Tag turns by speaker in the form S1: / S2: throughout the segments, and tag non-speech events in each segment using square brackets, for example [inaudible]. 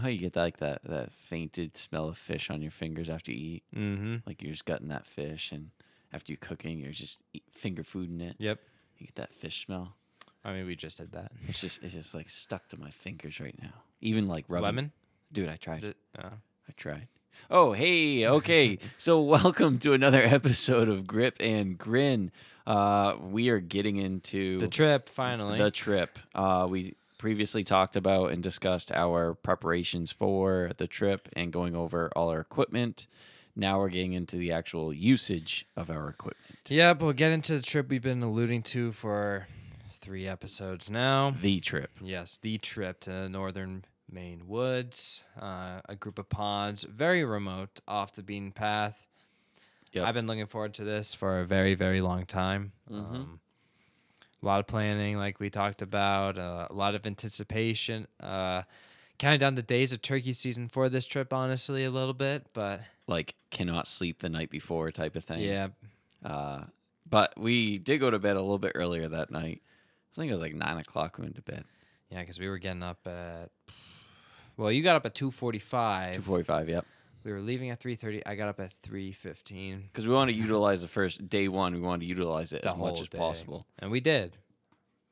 S1: how you get that like that that fainted smell of fish on your fingers after you eat?
S2: Mm-hmm.
S1: Like you're just gutting that fish, and after you're cooking, you're just eat, finger fooding it.
S2: Yep.
S1: You get that fish smell.
S2: I mean, we just did that.
S1: It's just it's just like stuck to my fingers right now. Even like rubbing.
S2: Lemon.
S1: Dude, I tried.
S2: Ju- oh.
S1: I tried. Oh, hey,
S2: [laughs]
S1: okay. so, welcome to another [laughs] episode of Grip and Grin. Uh, we are getting into
S2: The trip finally.
S1: the trip. Uh, we previously talked about and discussed our preparations for the trip and going over all our equipment. Now we're getting into the actual usage of our equipment.
S2: yep. We'll get into the trip we've been alluding to for three episodes now.
S1: The trip.
S2: Yes, the trip to northern Maine woods, uh, a group of ponds, very remote, off the beaten path.
S1: Yep.
S2: I've been looking forward to this for a very, very long time.
S1: Mhm.
S2: Um, a lot of planning, like we talked about, uh, a lot of anticipation. Uh, counting down the days of turkey season for this trip, honestly, a little bit, but
S1: Like, cannot sleep the night before type of thing.
S2: yeah,
S1: Uh, but we did go to bed a little bit earlier that night. I think it was like nine o'clock we went to bed.
S2: yeah, because we were getting up at. Well, you got up at two
S1: Two
S2: forty-five.
S1: forty-five. Yep.
S2: We were leaving at three thirty. I got up at three fifteen.
S1: Because we want to utilize the first day one. We want to utilize it
S2: The
S1: as much
S2: whole
S1: as
S2: day. Ah,
S1: possible.
S2: And we did.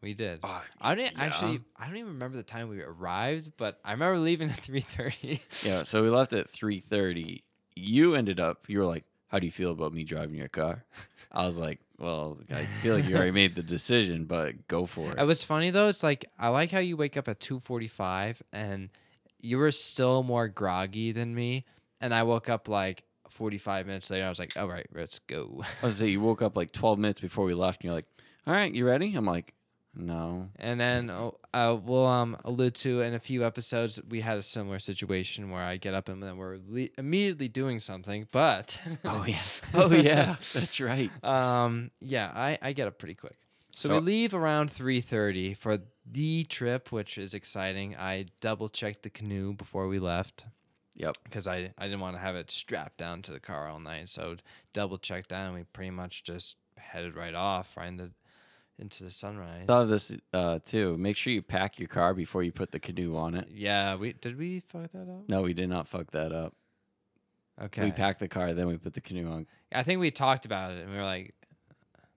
S2: We did. I don't
S1: Oh, yeah.
S2: actually I don't even remember the time we arrived, but I remember leaving at [laughs] 3:30.
S1: Yeah. So we left at three thirty. You ended up. You were like, "How do you feel about me driving your car?" [laughs] I was like, "Well, I feel like you already made the decision, but go for it."
S2: It was funny though. It's like I like how you wake up at 2:45 and you were still more groggy than me and I woke up like 45 minutes later. I was like, "All right, let's go." [laughs]
S1: I was say you woke up like twelve minutes before we left, and you're like, "All right, you ready?" I'm like, "No."
S2: And then oh, uh, we'll um, allude to in a few episodes we had a similar situation where I get up and then we're le- immediately doing something, but
S1: Oh
S2: [laughs]
S1: yeah. [laughs] Oh yeah. That's right.
S2: Um, yeah, I, I get up pretty quick. So, we
S1: So-
S2: leave around 3:30 for the trip, which is exciting. I double checked the canoe before we left
S1: Yep.
S2: because I, I didn't want to have it strapped down to the car all night. So double checked that, and we pretty much just headed right off right into, into the sunrise.
S1: Thought of this uh, too. Make sure you pack your car before you put the canoe on it.
S2: yeah, we did we fuck that up?
S1: No, we did not fuck that up.
S2: Okay,
S1: We packed the car, then we put the canoe on.
S2: I think we talked about it, and we were like,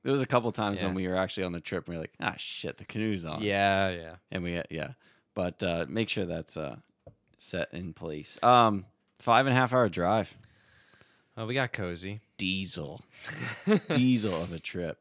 S1: There was a couple times when
S2: Yeah.
S1: we were actually on the trip and we were like, ah, shit, the canoe's on.
S2: yeah, yeah.
S1: And we, yeah. But uh, make sure that's uh, set in place. Um, Five and a half hour drive.
S2: Well, we got cozy.
S1: Diesel. [laughs] Diesel of a trip.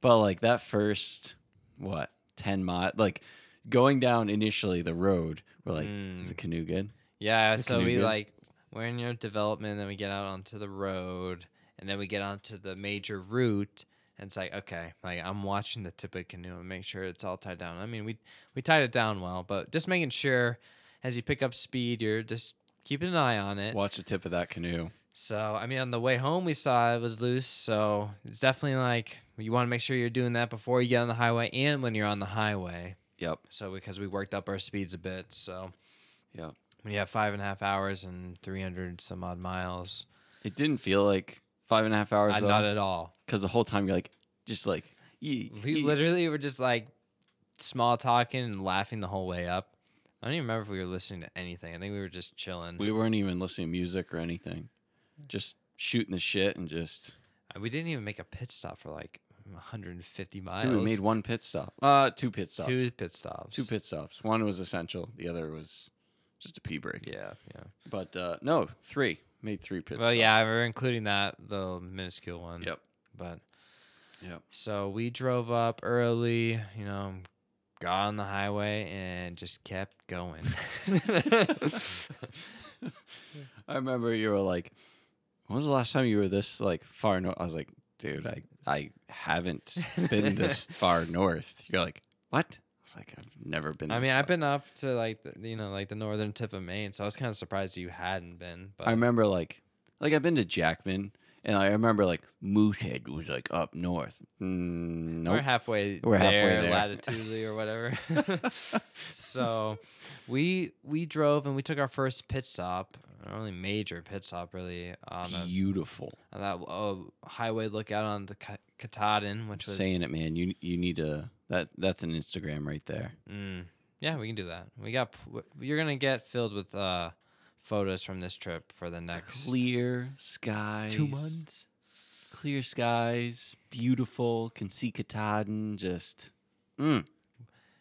S1: But like that first, what, 10 mile, like going down initially the road, we're like, is the canoe good?
S2: Yeah,
S1: The
S2: so
S1: canoe
S2: we
S1: good?
S2: like we're in your development, then we get out onto the road, and then we get onto the major route, and it's like okay, like I'm watching the tip of the canoe and make sure it's all tied down. I mean, we we tied it down well, but just making sure as you pick up speed, you're just keeping an eye on it.
S1: Watch the tip of that canoe.
S2: So I mean, on the way home, we saw it was loose, so it's definitely like you want to make sure you're doing that before you get on the highway and when you're on the highway.
S1: Yep.
S2: So because we worked up our speeds a bit, so
S1: Yep.
S2: when you have five and a half hours and 300 some odd miles
S1: It didn't feel like five and a half hours.
S2: I, not at all
S1: because the whole time you're like, just like, ye,
S2: we
S1: ye-
S2: literally were just like small talking and laughing the whole way up i don't even remember if we were listening to anything i think we were just chilling we,
S1: we weren't even listening to music or anything, just shooting the shit and just.
S2: we didn't even make a pit stop for like 150 miles
S1: Dude, we made one pit stop. Uh, two pit stops.
S2: two pit stops
S1: Two pit stops. One was essential. The other was just a pee break.
S2: yeah yeah
S1: But uh, no, three made three pit.
S2: well
S1: stops.
S2: yeah we're including that the minuscule one
S1: Yep.
S2: but
S1: Yep.
S2: so we drove up early you know got on the highway and just
S1: [laughs]
S2: kept going
S1: I remember you were like, "When was the last time you were this like far north?" I was like, "Dude, I I haven't been
S2: [laughs]
S1: this far north." You're like, "What?" I was like, "I've never been."
S2: I
S1: this
S2: mean, I've
S1: far."
S2: been up to like the, you know like the northern tip of Maine, so I was kind of surprised you hadn't been. But
S1: I remember like, like I've been to Jackman, and I remember like Moosehead was like up north. Mm,
S2: we're
S1: nope.
S2: halfway
S1: We're halfway
S2: there,
S1: there.
S2: latitudinally or whatever. [laughs] so we we drove and we took our first pit stop, our only major pit stop really [laughs] on, a,
S1: Beautiful.
S2: on that uh, highway lookout on the Ca- Katahdin, which was
S1: Saying it, man. You you need to that that's an Instagram right there.
S2: Mm, Yeah, we can do that. We got. pl- You're gonna get filled with uh, photos from this trip for the next
S1: Clear skies.
S2: two months.
S1: Clear skies. Beautiful. Can see Katahdin. Just. Mm.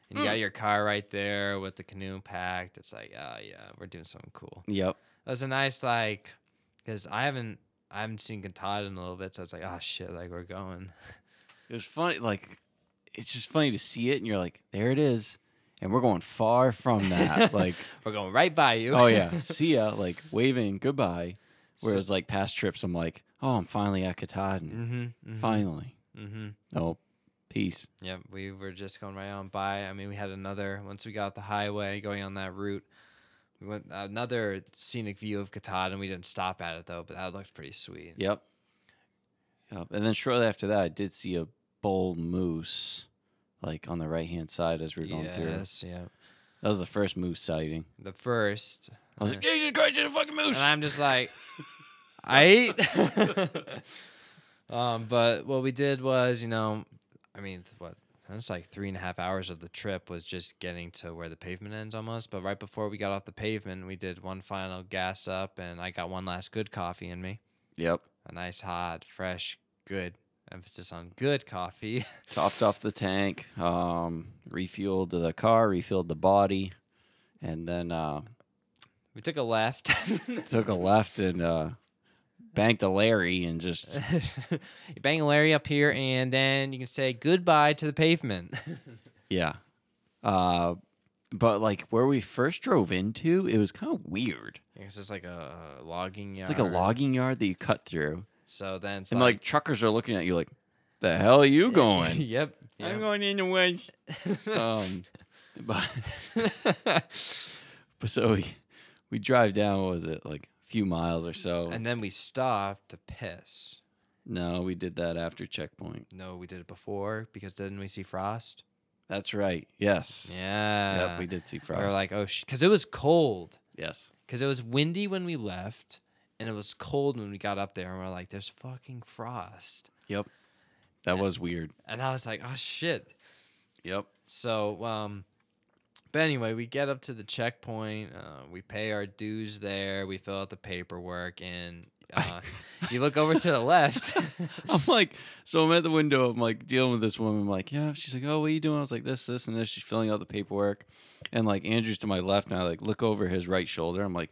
S2: And you got your car right there with the canoe packed. It's like, oh yeah, we're doing something cool.
S1: Yep.
S2: It was a nice like, because I haven't I haven't seen Katahdin in a little bit, so it's like, oh shit, like we're going.
S1: It was funny. Like, it's just funny to see it, and you're like, there it is, and we're going far from
S2: [laughs]
S1: that. like,
S2: we're going right by you.
S1: oh
S2: [laughs]
S1: yeah, see ya. Like waving goodbye.
S2: So-
S1: Whereas like past trips, I'm like, oh, I'm finally at Katahdin.
S2: mm-hmm,
S1: Finally.
S2: Mm-hmm.
S1: Oh, peace.
S2: Yep, we were just going right on by. I mean, we had another once we got off the highway going on that route. We went another scenic view of Katahdin. We didn't stop at it though, but that looked pretty sweet.
S1: Yep. Yep. And then shortly after that, I did see a bull moose, like on the right hand side as we were going through.
S2: yes, yeah.
S1: That was the first moose sighting.
S2: The first,
S1: I was like, Jesus Christ, it's a fucking moose.
S2: and I'm just like, I [laughs] um, but what we did was, you know, I mean, th- what? That's like three and a half hours of the trip was just getting to where the pavement ends almost. But right before we got off the pavement, we did one final gas up, and I got one last good coffee in me.
S1: [laughs] Yep.
S2: a nice hot, fresh, good emphasis on good coffee. [laughs]
S1: Topped off the tank, um, refueled the car, refueled the body, and then uh,
S2: We took a left. [laughs]
S1: took a left and uh, banked a Larry and
S2: [laughs]
S1: just
S2: you bang Larry up here, and then you can say goodbye to the pavement. [laughs]
S1: Yeah. Uh but like where we first drove into, it was kind of weird.
S2: it's just like a uh, logging
S1: It's
S2: yard.
S1: like a logging yard that you cut through.
S2: So then it's
S1: and like, truckers are looking at you like, the hell are you [laughs] going?
S2: [laughs] yep. yep.
S1: going in the woods. [laughs] um but,
S2: [laughs]
S1: but so we we drive down, what was it, like a few miles or so.
S2: and then we stopped to piss.
S1: no, we did that after checkpoint.
S2: No, we did it before because didn't we see frost?
S1: That's right. Yes.
S2: Yeah.
S1: Yep, we did see
S2: We
S1: frost.
S2: were like, oh, because it was cold.
S1: yes.
S2: because it was windy when we left and it was cold when we got up there and we're like there's fucking frost
S1: Yep. That was weird.
S2: and i was like oh shit
S1: Yep.
S2: so um but anyway we get up to the checkpoint uh, we pay our dues there we fill out the
S1: [laughs]
S2: paperwork and uh, you look over to the left
S1: I'm [laughs] like, so I'm at the window. I'm like dealing with this woman. I'm like, yeah. She's like, oh, what are you doing? I was like, this, this, and this. She's filling out the paperwork, and like Andrew's to my left, and I like look over his right shoulder. I'm like,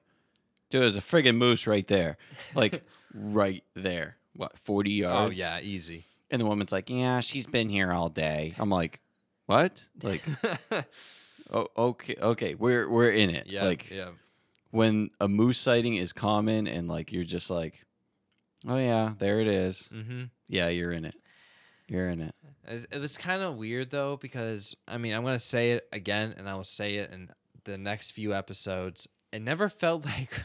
S1: dude, there's a friggin' moose right there,
S2: [laughs]
S1: like right there. What, 40 yards?
S2: oh yeah easy
S1: And the woman's like, yeah, she's been here all day. I'm like,
S2: [laughs]
S1: what? Like, oh, okay, okay, we're we're in it.
S2: yeah
S1: like
S2: yeah
S1: when a moose sighting is common, and like you're just like, oh yeah, there it is.
S2: mm-hmm
S1: Yeah, you're in it. You're in it.
S2: It's- It was kind of weird though because I mean I'm gonna say it again and I will say it in the next few episodes. It never felt [laughs] like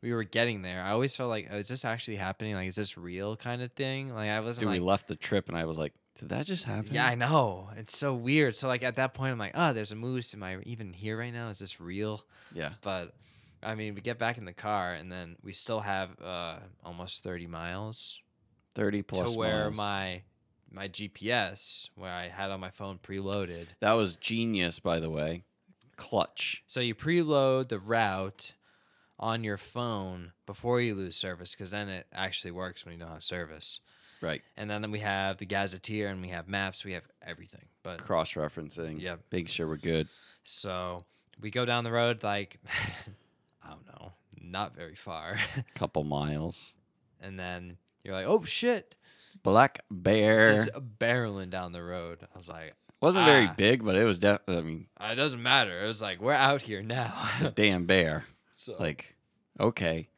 S2: we were getting there. I always felt like, oh, is this actually happening? Like, is this real kind of thing? Like, I wasn't
S1: Dude, we
S2: like,
S1: left the trip, and I was like, "Did that just happen?"
S2: yeah, I know. It's so weird. So like at that point, I'm like, oh, there's a moose. Am I even here right now? Is this real?
S1: yeah.
S2: But I mean, we get back in the car and then we still have uh, almost 30 miles
S1: Thirty plus
S2: to where
S1: miles.
S2: my my GPS, where I had on my phone preloaded.
S1: that was genius, by the way. Clutch.
S2: So you preload the route on your phone before you lose service because then it actually works when you don't have service.
S1: Right.
S2: And then we have the gazetteer and we have maps, we have everything. But
S1: Cross referencing.
S2: Yep.
S1: Making sure we're good.
S2: so we go down the road like [laughs] I don't know, not very far. [laughs]
S1: Couple miles.
S2: and then you're like, "Oh shit."
S1: Black bear
S2: Just barreling down the road. I was like,
S1: wasn't very
S2: ah.
S1: big, but it was definitely. I mean,
S2: it doesn't matter. It was like, we're out here now. [laughs]
S1: damn bear.
S2: so
S1: Like, okay.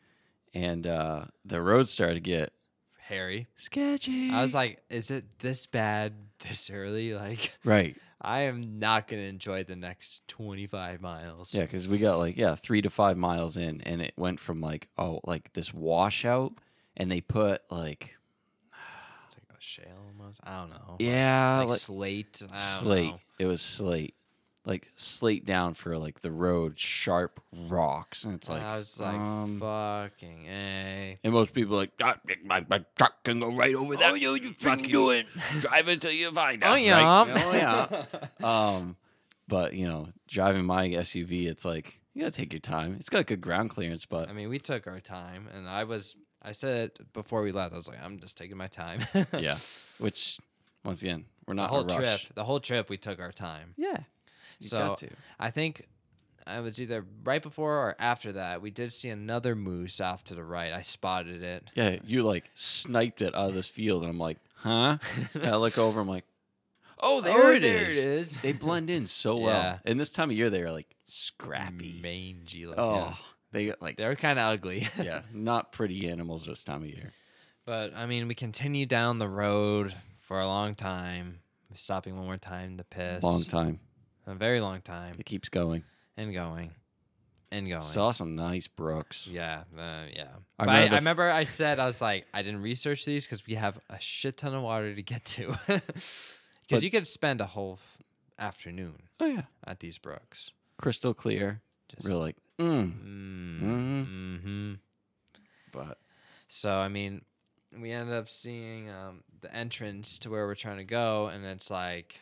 S1: And uh the road started to get
S2: Harry.
S1: sketchy.
S2: I was like, is it this bad this early? [laughs] Like
S1: right.
S2: I am not going to enjoy the next 25 miles.
S1: Yeah, because we got like yeah three to five miles in, and it went from like oh like this washout, and they put like
S2: It's like a shale almost. I don't know.
S1: yeah
S2: Like
S1: like,
S2: slate. I don't
S1: slate.
S2: know.
S1: It was slate, like slate down for like the road, sharp rocks, and it's like
S2: and I was like,
S1: um,
S2: fucking A.
S1: and most people like "Ah, my, my truck can go right over that. Oh
S2: [laughs]
S1: yeah, you fucking do it. Drive it till you find out.
S2: [laughs] Oh,
S1: right?"
S2: yeah.
S1: Oh yeah. [laughs] um, But you know, driving my SUV, it's like you gotta take your time. It's got like a ground clearance, but
S2: [laughs] I mean, we took our time, and I was, I said it before we left. I was like, I'm just taking my time. [laughs]
S1: yeah. Which, once again, we're
S2: The
S1: not in
S2: whole
S1: a
S2: trip,
S1: rush.
S2: the whole trip, we took our time.
S1: Yeah. You
S2: So-
S1: got to.
S2: I think I was either right before or after that. We did see another moose off to the right. I spotted it.
S1: Yeah, you like sniped it out of this field, and I'm like,
S2: [laughs]
S1: huh? And I look over, I'm like, oh, there it is.
S2: is.
S1: They blend in so
S2: Yeah.
S1: well. And this time of year, they are like scrappy.
S2: Mangy. Like,
S1: oh,
S2: yeah.
S1: they got like
S2: they're kind of ugly. [laughs]
S1: yeah, not pretty animals this time of year.
S2: But I mean, we continued down the road for a long time, stopping one more time to piss.
S1: Long time.
S2: A very long time,
S1: It keeps going.
S2: and going, and going.
S1: Saw some nice brooks.
S2: Yeah, uh, yeah.
S1: I
S2: But
S1: remember the
S2: I, I
S1: f-
S2: remember I said I was like, I didn't research these because we have a shit ton of water to get to. [laughs] Because
S1: But-
S2: you could spend a whole f- afternoon
S1: Oh yeah,
S2: at these brooks.
S1: crystal clear.
S2: Just,
S1: Really like, mm.
S2: Mm,
S1: Mhm.
S2: mhm.
S1: But
S2: So I mean, we ended up seeing um, the entrance to where we're trying to go, and it's like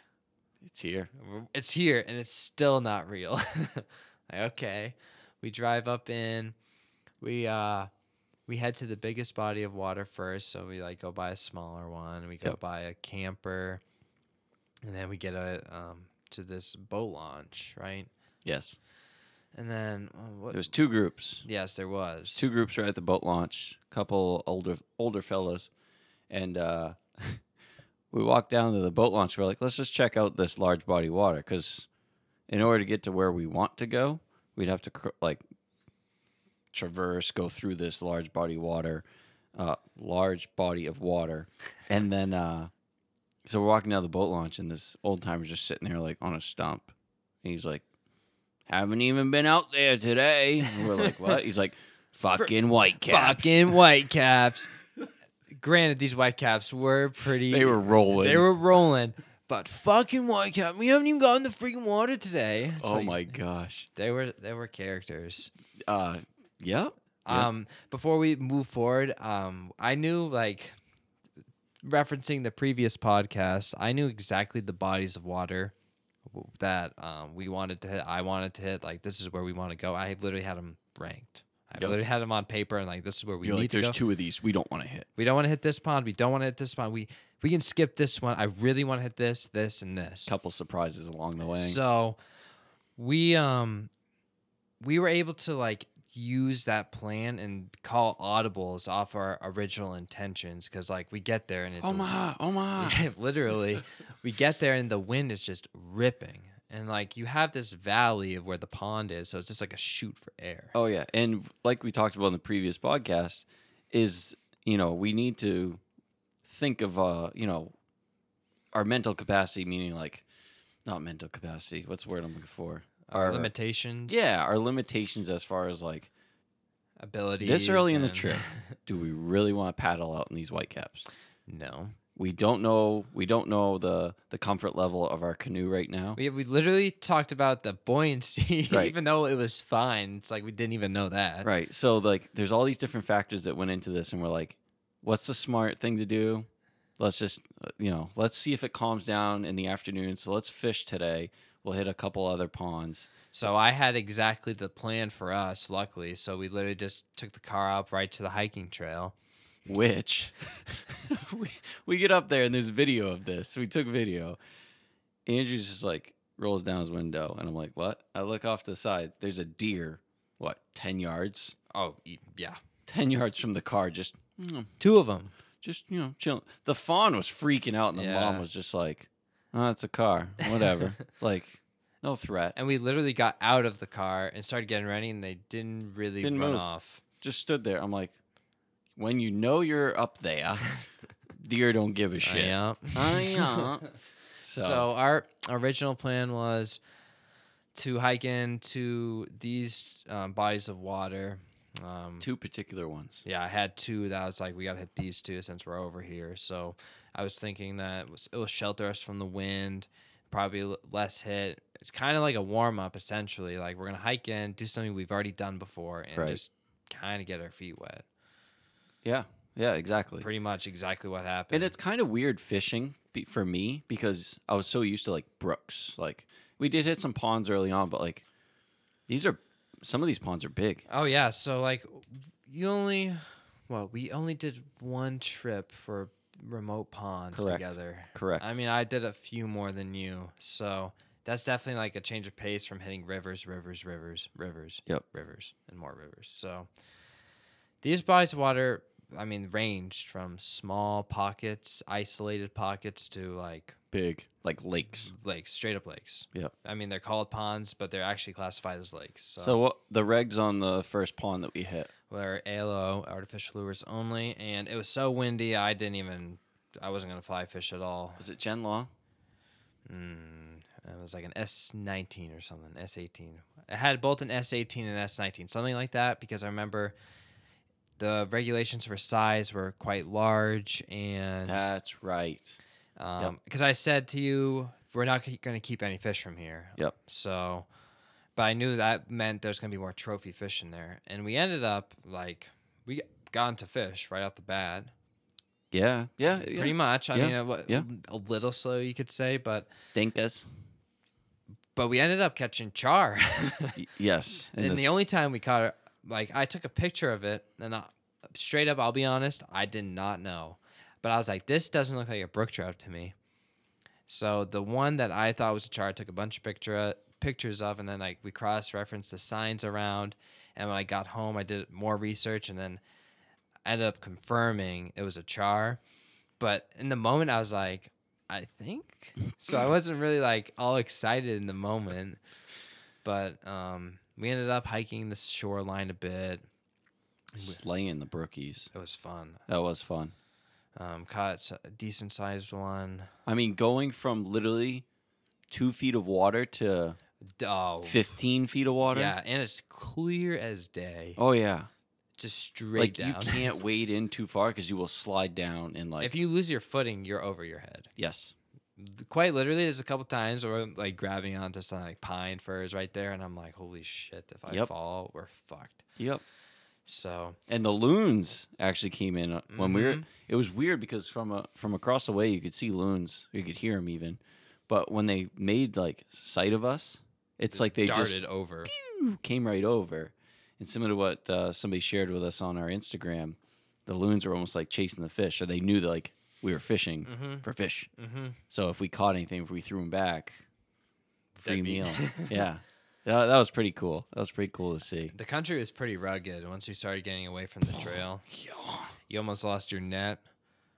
S1: it's here.
S2: we're- it's here and it's still not real. [laughs] like, okay. We drive up in, we uh we head to the biggest body of water first, so we like go buy a smaller one, we go
S1: Yep.
S2: buy a camper, and then we get a um to this boat launch, right?
S1: Yes,
S2: And then uh, what
S1: there was two groups.
S2: Yes, there was.
S1: Two groups were at the boat launch. Couple older older fellas, and uh, [laughs] we walked down to the boat launch. We're like, let's just check out this large body of water because in order to get to where we want to go, we'd have to cr- like traverse, go through this large body of water, uh, large body of water,
S2: [laughs]
S1: and then uh, so we're walking down the boat launch, and this old timer's just sitting there like on a stump, and he's like, "Haven't even been out there today." And we're like, "What?" He's
S2: [laughs]
S1: like, "Fucking white caps."
S2: fucking white caps. Granted, these white caps were pretty
S1: [laughs] They were rolling.
S2: They were rolling, but fucking white cap. We haven't even gotten the freaking water today. It's
S1: Oh
S2: like,
S1: my gosh.
S2: They were they were characters.
S1: Uh, yeah. Yeah.
S2: Um, before we move forward, um, I knew like referencing the previous podcast, I knew exactly the bodies of water w- that um, we wanted to hit. I wanted to hit. Like this is where we want to go. I literally had them ranked. I
S1: Yep.
S2: literally had them on paper, and like this is where we
S1: You're
S2: need
S1: like,
S2: to
S1: there's
S2: go.
S1: two of these we don't want to hit.
S2: We don't want to hit this pond. We don't want to hit this pond. We we can skip this one. I really want to hit this, this, and this.
S1: Couple surprises along the way.
S2: So we um we were able to like use that plan and call audibles off our original intentions because like we get there and it [laughs]
S1: Omaha, Omaha.
S2: literally we get there and the wind is just ripping and like you have this valley of where the pond is so it's just like a shoot for air
S1: Oh yeah, and like we talked about in the previous podcast, is you know we need to think of uh you know our mental capacity, meaning like not mental capacity. What's the word I'm looking for? Our
S2: limitations
S1: yeah, our limitations as far as like,
S2: abilities
S1: early in the
S2: and-
S1: trip. do we really want to paddle out in these white caps?
S2: [laughs] no
S1: We don't know. We don't know the the comfort level of our canoe right now.
S2: we, we literally talked about the buoyancy [laughs]
S1: Right.
S2: even though it was fine it's like we didn't even know that
S1: Right. So like there's all these different factors that went into this and we're like what's the smart thing to do? Let's just uh, you know, let's see if it calms down in the afternoon. So let's fish today. We'll hit a couple other ponds.
S2: So I had exactly the plan for us, luckily. So we literally just took the car up right to the hiking trail.
S1: Which [laughs] we, we get up there and there's video of this. We took video. Andrew's just like rolls down his window and I'm like, "What?" I look off to the side. There's a deer what, 10 yards?
S2: Oh, e- yeah.
S1: 10 [laughs] yards from the car just mm,
S2: Two of them.
S1: just you know chilling. The fawn was freaking out, and the
S2: Yeah.
S1: mom was just like, "Oh, it's a car,
S2: [laughs]
S1: whatever." like, no threat.
S2: And we literally got out of the car and started getting ready, and they didn't really
S1: Didn't
S2: run
S1: move.
S2: off.
S1: Just stood there. I'm like, when you know you're up
S2: [laughs]
S1: there, deer don't give a shit.
S2: Yeah.
S1: [laughs] Oh, yeah. So,
S2: [laughs] So. our original plan was to hike into these um, bodies of water. Um,
S1: two particular ones.
S2: Yeah, I had two that I was like, we gotta hit these two since we're over here. So I was thinking that it, was, it will shelter us from the wind, probably l- less hit. It's kind of like a warm up, essentially. Like we're gonna hike in, do something we've already done before, and
S1: Right.
S2: just kind of get our feet wet.
S1: Yeah, yeah, exactly.
S2: Pretty much exactly what happened.
S1: And it's kind of weird fishing be- for me because I was so used to like brooks, like we did hit some ponds early on, but like these are some of these ponds are big.
S2: Oh yeah, so like you only well, we only did one trip for remote ponds
S1: Correct.
S2: together.
S1: Correct.
S2: I mean, I did a few more than you. So that's definitely like a change of pace from hitting rivers, rivers, rivers, rivers,
S1: Yep.
S2: rivers, and more rivers. So these bodies of water, I mean, ranged from small pockets, isolated pockets, to like
S1: big like lakes.
S2: lakes, straight up lakes.
S1: Yep.
S2: I mean, they're called ponds, but they're actually classified as lakes. So,
S1: So, what the regs on the first pond that we hit?
S2: we're ALO, artificial lures only. And it was so windy, I didn't even, I wasn't going to fly fish at all.
S1: Was it Gen Law?
S2: Mm, it was like an S19 or something, S18. It had both an S18 and S19, something like that, because I remember the regulations for size were quite large. And because
S1: That's right.
S2: I said to you, we're not going to keep any fish from here.
S1: Yep.
S2: So, but I knew that meant there's going to be more trophy fish in there. And we ended up like, we got into fish right off the bat.
S1: Yeah. Yeah. yeah.
S2: Pretty much. I
S1: Yeah.
S2: mean, a, wa-
S1: Yeah.
S2: a little slow, you could say, but
S1: Dinkas.
S2: but we ended up catching char. [laughs]
S1: Y- [laughs] yes.
S2: and the only time we caught it, like I took a picture of it, and I, straight up, I'll be honest, I did not know. But I was like, this doesn't look like a brook trout to me. So the one that I thought was a char, I took a bunch of picture pictures of, and then like we cross referenced the signs around. And when I got home, I did more research, and then I ended up confirming it was a char. But in the moment, I was like, I think. So I wasn't really like all excited in the moment but um, we ended up hiking the shoreline a bit.
S1: slaying the brookies.
S2: It was fun.
S1: That was fun.
S2: Um, caught s- a decent sized one.
S1: I mean, going from literally two feet of water to
S2: D- Oh,
S1: fifteen feet of water.
S2: yeah, and it's clear as day,
S1: Oh yeah.
S2: just straight
S1: like
S2: down.
S1: you can't wade in too far because you will slide down and like.
S2: if you lose your footing, you're over your head.
S1: yes.
S2: Quite literally, there's a couple times where I'm like grabbing onto some like pine firs right there, and I'm like, holy shit, if I
S1: Yep.
S2: fall, we're fucked.
S1: Yep.
S2: So
S1: and the loons actually came in uh, when we were
S2: Mhm.
S1: it was weird because from a, from across the way you could see loons you could hear them even but when they made like sight of us it's like they
S2: darted
S1: just
S2: over.
S1: pew, came right over and similar to what uh, somebody shared with us on our instagram the loons were almost like chasing the fish or they knew that like we were fishing
S2: Mhm.
S1: for fish
S2: Mm-hmm.
S1: so if we caught anything if we threw them back free
S2: Dead meat. [laughs]
S1: meal [laughs] yeah that, that was pretty cool that was pretty cool to see
S2: The country was pretty rugged once you started getting away from the trail. You almost lost your net.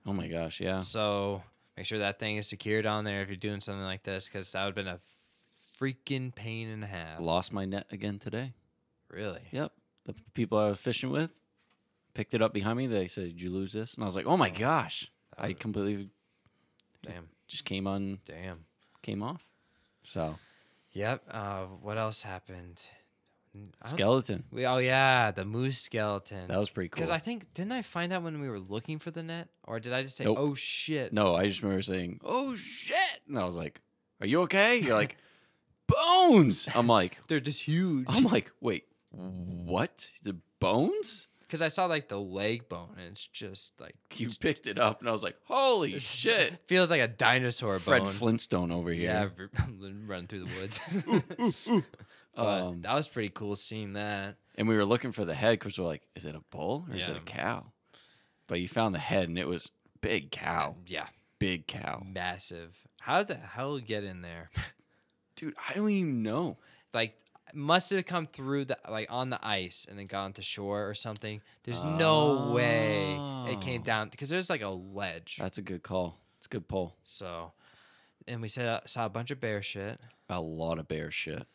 S1: oh my gosh yeah
S2: So make sure that thing is secured on there if you're doing something like this, because that would have been a freaking pain in the half.
S1: lost my net again today
S2: Really?
S1: Yep. The people I was fishing with picked it up behind me. They said, Did you lose this? And I was like, Oh my gosh.
S2: That
S1: I
S2: was-
S1: completely
S2: Damn.
S1: just came on
S2: Damn.
S1: came off. So
S2: Yep. Uh, what else happened? N- I don't-
S1: skeleton.
S2: We, oh yeah, the moose skeleton.
S1: That was pretty
S2: because
S1: cool.
S2: I think didn't I find out when we were looking for the net, or did I just say,
S1: Nope.
S2: "Oh shit"?
S1: no, I just remember saying, Oh shit. And I was like, Are you
S2: [laughs]
S1: okay? You're like, Bones. I'm like
S2: they're just huge.
S1: I'm like, wait, what? The bones?
S2: Because I saw like the leg bone, and it's just like
S1: You picked it up and I was like, Holy
S2: it's-
S1: shit.
S2: [laughs] feels like a dinosaur
S1: Fred
S2: bone.
S1: Flintstone over here.
S2: Yeah, [laughs] r- run through the
S1: [laughs]
S2: woods. [laughs] but
S1: Um,
S2: that was pretty cool seeing that.
S1: And we were looking for the head because we're like, is it a bull or is it a
S2: Yeah.
S1: cow? But you found the head and it was big cow,
S2: Yeah,
S1: big cow.
S2: massive. How did the hell get in there?
S1: Dude, I don't even know.
S2: like, must have come through the like on the ice and then gone to shore or something. There's no way it came
S1: Oh.
S2: down because there's like a ledge.
S1: That's a good call. It's a good pull.
S2: so, and we saw, saw a bunch of bear shit.
S1: A lot of bear shit.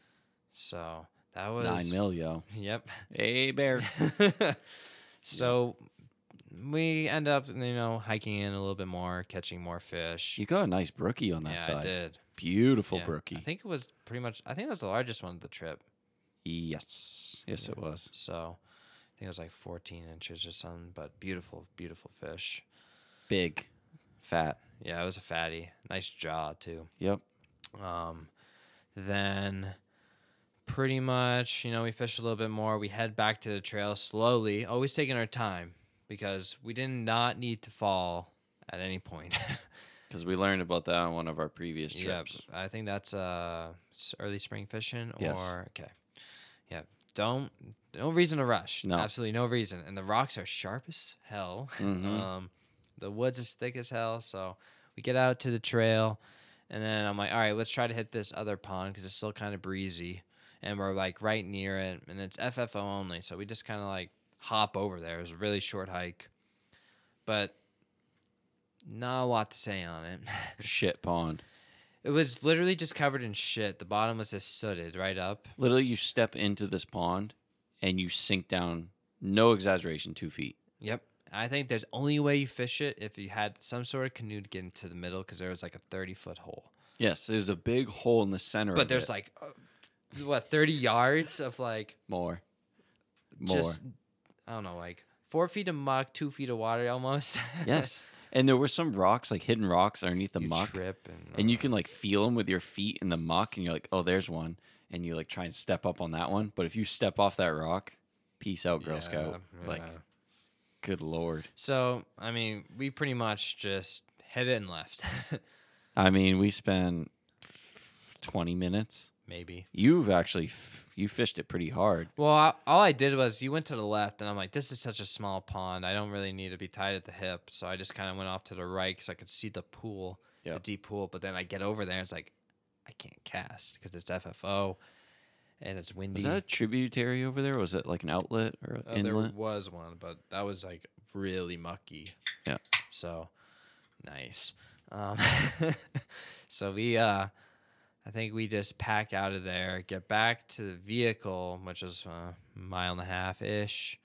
S2: So that was
S1: Nine mil, yo.
S2: [laughs]
S1: [laughs]
S2: Yep.
S1: Hey, bear.
S2: so. We end up, you know, hiking in a little bit more, catching more
S1: [laughs]
S2: fish.
S1: You got a nice brookie on that
S2: yeah,
S1: side.
S2: I did.
S1: Beautiful
S2: Yeah,
S1: brookie.
S2: I think it was pretty much. I think it was the largest one of the trip.
S1: yes. Yes,
S2: Yeah.
S1: it was.
S2: So I think it was like 14 inches or something, but beautiful, beautiful fish.
S1: Big, fat.
S2: Yeah, it was a fatty. Nice jaw too.
S1: Yep.
S2: Um, then pretty much, you know, we fished a little bit more. We head back to the trail slowly, always taking our time because we did not need to fall at any point. [laughs]
S1: because we learned about that on one of our previous trips.
S2: Yeah, I think that's uh s- early spring fishing or
S1: Yes.
S2: okay. Yeah, don't no reason to rush.
S1: No.
S2: absolutely no reason. And the rocks are sharp as hell.
S1: Mhm.
S2: [laughs] Um, the woods is thick as hell. So we get out to the trail, and then I'm like, all right, let's try to hit this other pond because it's still kind of breezy, and we're like right near it, and it's FFO only. So we just kind of like hop over there. It was a really short hike, but not a lot to say on it. [laughs]
S1: Shit pond.
S2: It was literally just covered in shit. The bottom was just sooted right up.
S1: Literally, you step into this pond and you sink down. No exaggeration, two feet.
S2: Yep. I think there's only way you fish it if you had some sort of canoe to get into the middle because there was like a 30 foot hole.
S1: Yes, there's a big hole in the center.
S2: But there's like, uh, what, 30 yards of like
S1: more, more.
S2: just, I don't know, like four feet of muck, two feet of water almost. [laughs]
S1: yes, and there were some rocks, like hidden rocks underneath the
S2: you
S1: muck,
S2: trip and, uh,
S1: and you can like feel them with your feet in the muck, and you're like, oh, there's one, and you like try and step up on that one. But if you step off that rock, peace out, Girl Scout.
S2: Yeah,
S1: Like,
S2: yeah.
S1: good lord.
S2: so, I mean, we pretty much just hit it and left, [laughs]
S1: I mean, we spent twenty minutes.
S2: maybe.
S1: You've actually f- you fished it pretty hard.
S2: Well, I, all I did was you went to the left, and I'm like, this is such a small pond. I don't really need to be tied at the hip. So I just kind of went off to the right because I could see the pool, the
S1: Yep.
S2: deep pool. But then I get over there, and it's like, I can't cast because it's FFO and it's windy.
S1: Was that a tributary over there? Was it like an outlet or
S2: Uh,
S1: an
S2: there
S1: inlet?
S2: was one, but that was like really mucky.
S1: Yeah.
S2: So nice. Um, [laughs] so we, uh, I think we just pack out of there, get back to the vehicle, which is a mile and a half ish,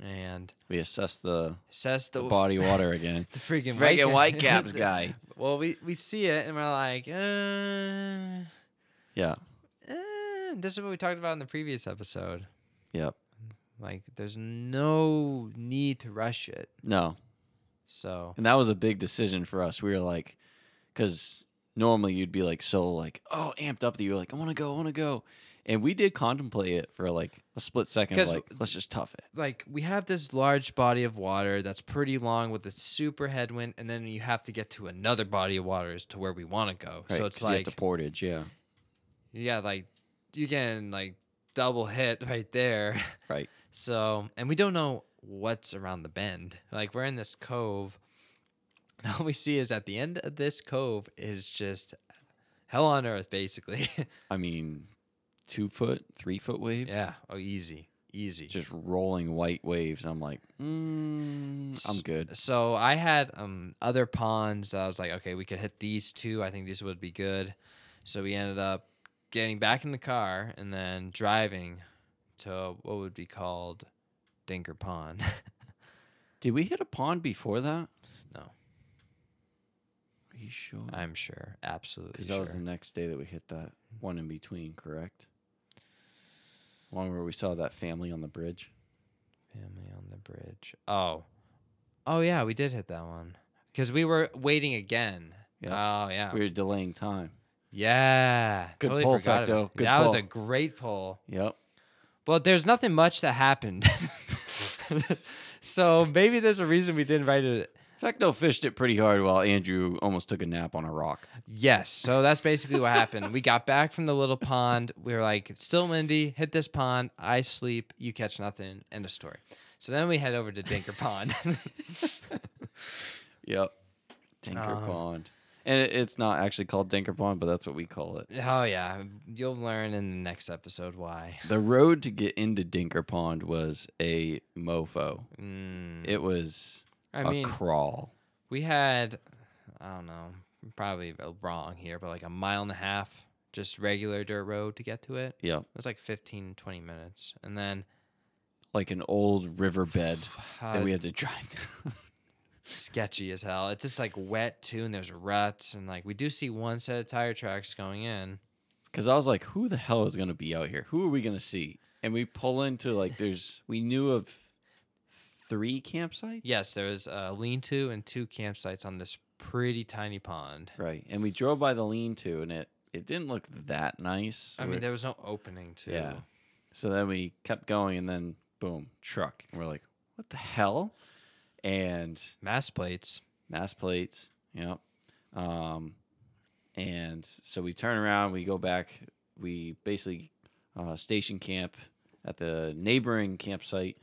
S2: and
S1: We assessed the,
S2: says the,
S1: the body water again.
S2: [laughs] the freaking
S1: Friggin'
S2: ca- [laughs]
S1: [laughs] Whitecaps guy.
S2: Well, we we see it and we're like, uh,
S1: Yeah.
S2: uh, this is what we talked about in the previous episode.
S1: Yep.
S2: Like, there's no need to rush it.
S1: No.
S2: So
S1: And that was a big decision for us. We were like, because normally you'd be like so like oh amped up that you're like I want to go, I want to go, and we did contemplate it for like a split second. of
S2: 'Cause-
S1: Like let's just tough it.
S2: like we have this large body of water that's pretty long with a super headwind, and then you have to get to another body of water as to where we want to go.
S1: Right,
S2: so it's
S1: 'cause you have
S2: like
S1: to portage. Yeah.
S2: yeah, like you can like double hit [laughs] right there.
S1: Right.
S2: So and we don't know what's around the bend. Like we're in this cove, and all we see is at the end of this cove is just hell on earth, basically. [laughs]
S1: I mean, two foot, three foot waves.
S2: yeah. Oh, easy, easy.
S1: Just rolling white waves. I'm like, mm, I'm
S2: S-
S1: good.
S2: So I had um other pawns. That I was like, okay, we could hit these two. I think these would be good. So we ended up getting back in the car and then driving to what would be called Dinker Pond. [laughs]
S1: Did we hit a pond before that?
S2: No.
S1: Are you sure?
S2: I'm sure, absolutely
S1: Because
S2: sure.
S1: that was the next day that we hit that one in between, correct? One where we saw that family on the bridge.
S2: Family on the bridge. Oh, oh yeah, we did hit that one because we were waiting again. Oh yeah,
S1: We were delaying time.
S2: yeah.
S1: Good
S2: totally
S1: pull,
S2: forgot about-
S1: Facto. Good
S2: that was a
S1: pull.
S2: great pull.
S1: Yep.
S2: Well, there's nothing much that happened. [laughs] so maybe there's a reason we didn't write it.
S1: Facto fished it pretty hard while Andrew almost took a nap on a rock.
S2: Yes. So that's basically what happened. We got back from the little pond. We were like, it's still windy, hit this pond. I sleep, you catch nothing. End of story. So then we head over to Dinker Pond. [laughs]
S1: Yep. Dinker
S2: Um,
S1: Pond. And it, it's not actually called Dinker Pond, but that's what we call it.
S2: oh, yeah. You'll learn in the next episode why.
S1: The road to get into Dinker Pond was a mofo.
S2: Mm,
S1: It was
S2: I
S1: a
S2: mean,
S1: crawl.
S2: we had, I don't know, probably wrong here, but like a mile and a half just regular dirt road to get to it.
S1: Yep.
S2: It was like 15, 20 minutes. And then [sighs]
S1: Like an old riverbed
S2: uh,
S1: that we had to drive down.
S2: sketchy as hell. It's just like wet too, and there's ruts. And like we do see one set of tire tracks going in.
S1: Because I was like, who the hell is going to be out here? Who are we going to see? And we pull into like,
S2: [sighs]
S1: there's, we knew of three campsites.
S2: Yes, there was a lean to and two campsites on this pretty tiny pond.
S1: Right. And we drove by the lean to and it, it didn't look that nice.
S2: I
S1: We're-
S2: mean, there was no opening to.
S1: Yeah. so then we kept going and then boom, truck. And we're like, what the hell? And
S2: Mass plates.
S1: mass plates. Yep. Um, and so we turn around, we go back, we basically uh, station camp at the neighboring campsite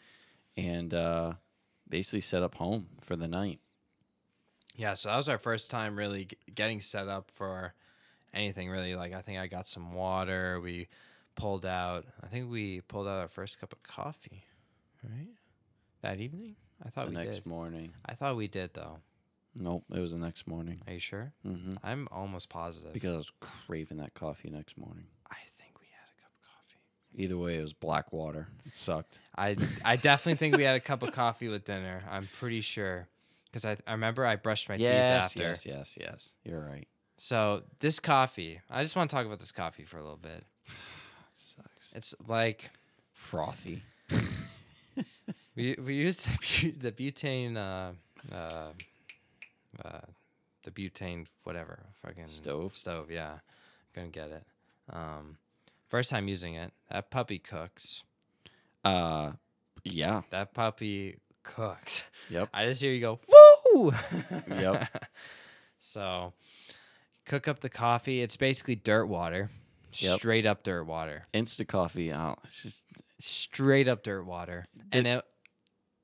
S1: and uh, basically set up home for the night.
S2: Yeah, so that was our first time really g- getting set up for anything really. Like I think I got some water. We pulled out. I think we pulled out our first cup of coffee, right? That evening. I thought
S1: The
S2: Oh, we
S1: next
S2: did.
S1: morning.
S2: I thought we did though.
S1: Nope, it was the next morning.
S2: Are you sure?
S1: hmm
S2: I'm almost positive.
S1: Because I was craving that coffee next morning.
S2: I think we had a cup of coffee.
S1: Either way, it was black water. It sucked.
S2: I I definitely think we had a cup of coffee with dinner. I'm pretty sure because I, I remember I brushed my
S1: yes,
S2: teeth after.
S1: yes, yes, yes. You're right.
S2: So this coffee, I just want to talk about this coffee for a little bit.
S1: [sighs] sucks.
S2: It's like
S1: Frothy.
S2: we we used [laughs] the, bu- the butane uh, uh, uh, the butane whatever fucking
S1: Stove?
S2: stove yeah gonna get it um first time using it that puppy cooks
S1: Uh, yeah.
S2: that puppy cooks
S1: Yep.
S2: I just hear you go, [laughs] woo!
S1: [laughs] Yep.
S2: so cook up the coffee. It's basically dirt water.
S1: Yep.
S2: Straight up dirt water.
S1: Insta coffee. Oh, it's just
S2: Straight up dirt water. and it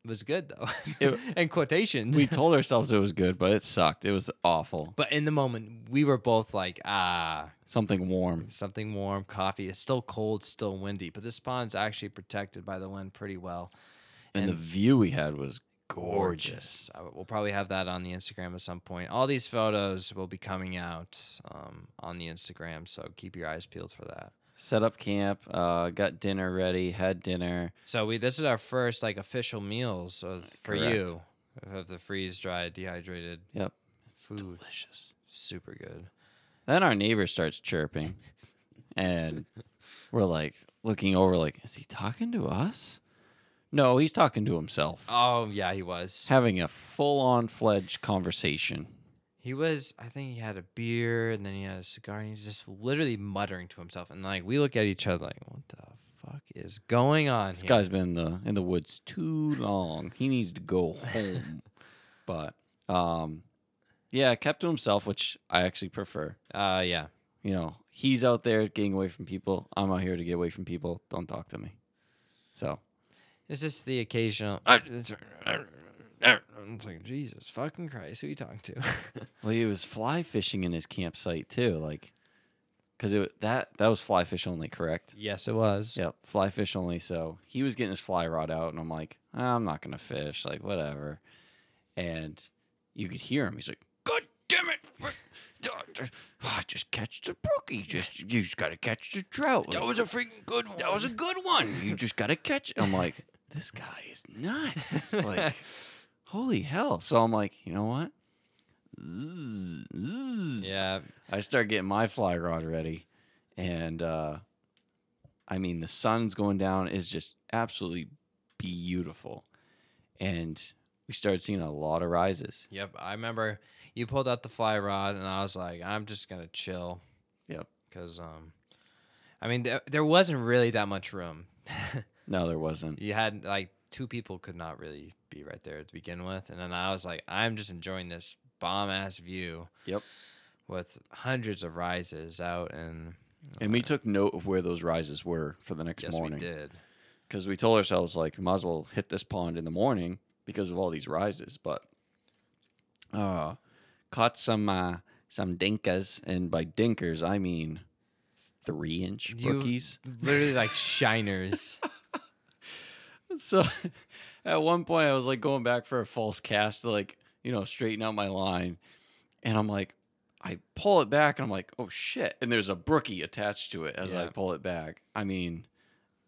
S2: was good though. [laughs]
S1: It-
S2: and quotations. [laughs]
S1: we told ourselves it was good, but it sucked. It was awful.
S2: but in the moment, we were both like, ah,
S1: Something warm.
S2: something warm, coffee. It's still cold, still windy, but this pond's actually protected by the wind pretty well.
S1: And, the
S2: And-
S1: view we had was
S2: gorgeous. I- We'll probably have that on the Instagram at some point. All these photos will be coming out um, on the Instagram, so keep your eyes peeled for that.
S1: set up camp, uh, got dinner ready, had dinner.
S2: So we this is our first like official meals of, for
S1: Correct.
S2: you of the freeze dried dehydrated
S1: Yep. It's
S2: Food.
S1: delicious.
S2: super good.
S1: Then our neighbor starts chirping, and we're like looking over, like, is he talking to us? No, he's talking to himself,
S2: Oh yeah, he was.
S1: having a full on fledged conversation.
S2: He was. I think he had a beer and then he had a cigar and he's just literally muttering to himself. And like we look at each other like, what the fuck is going on?
S1: This
S2: here?
S1: guy's been in the in the woods too long. He needs to go home. but um, yeah, kept to himself, which I actually prefer.
S2: Uh yeah.
S1: You know, he's out there getting away from people. I'm out here to get away from people. Don't talk to me. So
S2: It's just the occasional. I'm like, Jesus fucking Christ, who you talking to? [laughs]
S1: Well, he was fly fishing in his campsite too, like because it wa- that that was fly fish only, correct?
S2: yes, it was.
S1: Yep, fly fish only. So he was getting his fly rod out, and I'm like, "Ah, I'm not gonna fish, like whatever. And you could hear him. He's like, God damn it! what- ah, just- ah, just catch the brookie. Just you just gotta catch the trout. That was a freaking good one. That was a good one. You just gotta catch. it." I'm like, [laughs] this guy is nuts. [laughs]
S2: [laughs]
S1: Like, holy hell. So I'm like, you know what? Zzz, zzz.
S2: Yeah.
S1: I start getting my fly rod ready, and uh, I mean the sun's going down is just absolutely beautiful, and we started seeing a lot of rises.
S2: Yep. I remember you pulled out the fly rod, and I was like, I'm just gonna chill.
S1: Yep.
S2: Cause um, I mean, there, there wasn't really that much room.
S1: No, there wasn't.
S2: you had like two people could not really be right there to begin with, and then I was like, I'm just enjoying this bomb ass view.
S1: Yep.
S2: With hundreds of rises out, and
S1: And we took note of where those rises were for the next
S2: yes,
S1: morning.
S2: we did.
S1: because we told ourselves like we might as well hit this pond in the morning because of all these rises but uh caught some uh some dinkas and by dinkers i mean three inch
S2: You-
S1: brookies
S2: literally like shiners.
S1: [laughs]
S2: [laughs]
S1: so at one point i was like going back for a false cast to like you know straighten out my line and i'm like i pull it back and i'm like oh shit and there's a brookie attached to it as i
S2: Yeah.
S1: pull it back i mean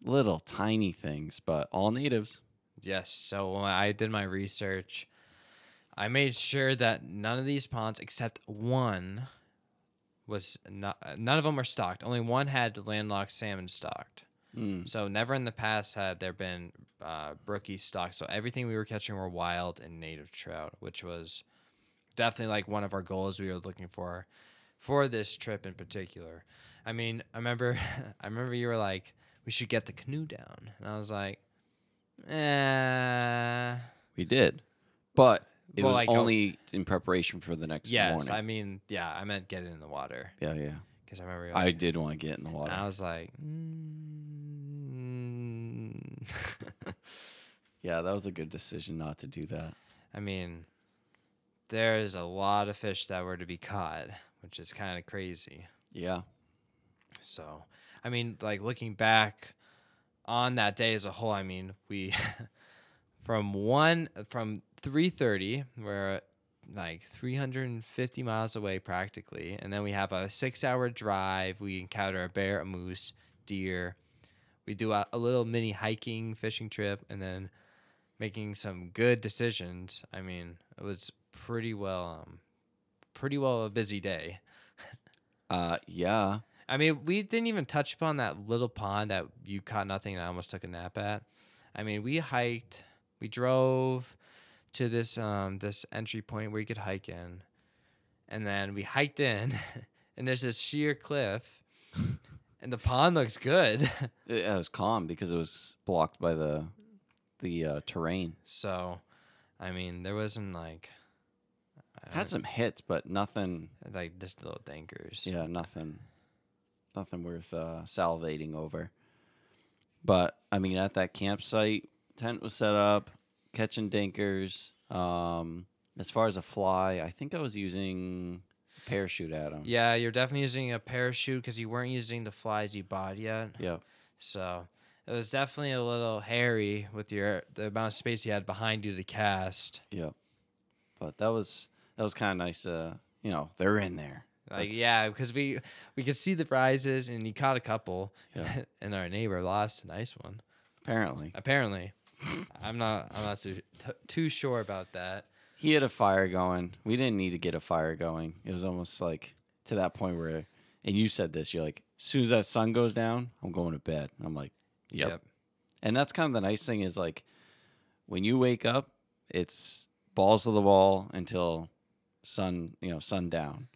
S1: little tiny things but all natives
S2: Yes. So when I did my research. I made sure that none of these ponds, except one, was not. uh, None of them were stocked. Only one had landlocked salmon stocked.
S1: Mm,
S2: So never in the past had there been uh, brookie stocked. So everything we were catching were wild and native trout, which was definitely like one of our goals we were looking for for this trip in particular. I mean, I remember, [laughs] I remember you were like, "We should get the canoe down," and I was like, "Eh."
S1: we did but It
S2: Well,
S1: was
S2: like, oh,
S1: only in preparation for the next
S2: Yes,
S1: morning.
S2: I mean, yeah, I meant get it in the water
S1: yeah, yeah.
S2: because I remember.
S1: I
S2: like,
S1: did want to get in the water.
S2: And I was like, mm.
S1: yeah, that was a good decision not to do that.
S2: I mean, there's a lot of fish that were to be caught, which is kind of crazy.
S1: Yeah.
S2: So, I mean, like looking back on that day as a whole, I mean, we [laughs] from one from 3:30, we're like 350 miles away practically, and then we have a 6-hour drive. We encounter a bear, a moose, deer. We do a, a little mini hiking, fishing trip, and then making some good decisions. I mean, it was pretty well um pretty well a busy day.
S1: Uh, yeah.
S2: I mean, we didn't even touch upon that little pond that you caught nothing and I almost took a nap at. I mean, we hiked, we drove to this um this entry point where you could hike in. And then we hiked in [laughs] and there's this sheer cliff and the pond looks good. [laughs]
S1: It, it was calm because it was blocked by the the uh, terrain.
S2: So, I mean, there wasn't like I
S1: Had some hits, but nothing.
S2: don't- like just little dankers.
S1: Yeah, nothing. Nothing worth uh, salivating over. But I mean, at that campsite, tent was set up, catching dinkers. Um, as far as a fly, I think I was using parachute at him.
S2: Yeah, you're definitely using a parachute because you weren't using the flies you bought yet.
S1: Yeah.
S2: So it was definitely a little hairy with your the amount of space you had behind you to cast.
S1: Yeah. But that was that was kind of nice. Uh, you know, they're in there.
S2: Like
S1: That's-
S2: yeah, because we we could see the prizes and you caught a couple,
S1: Yeah.
S2: [laughs] and our neighbor lost a nice one.
S1: Apparently,
S2: Apparently, I'm not I'm not too, t- too sure about that.
S1: he had a fire going. We didn't need to get a fire going. It was almost like to that point where, and you said this. You're like, as soon as that sun goes down, I'm going to bed. I'm like, yep. And that's kind of the nice thing is like, when you wake up, it's balls to the wall until sun, you know, sundown,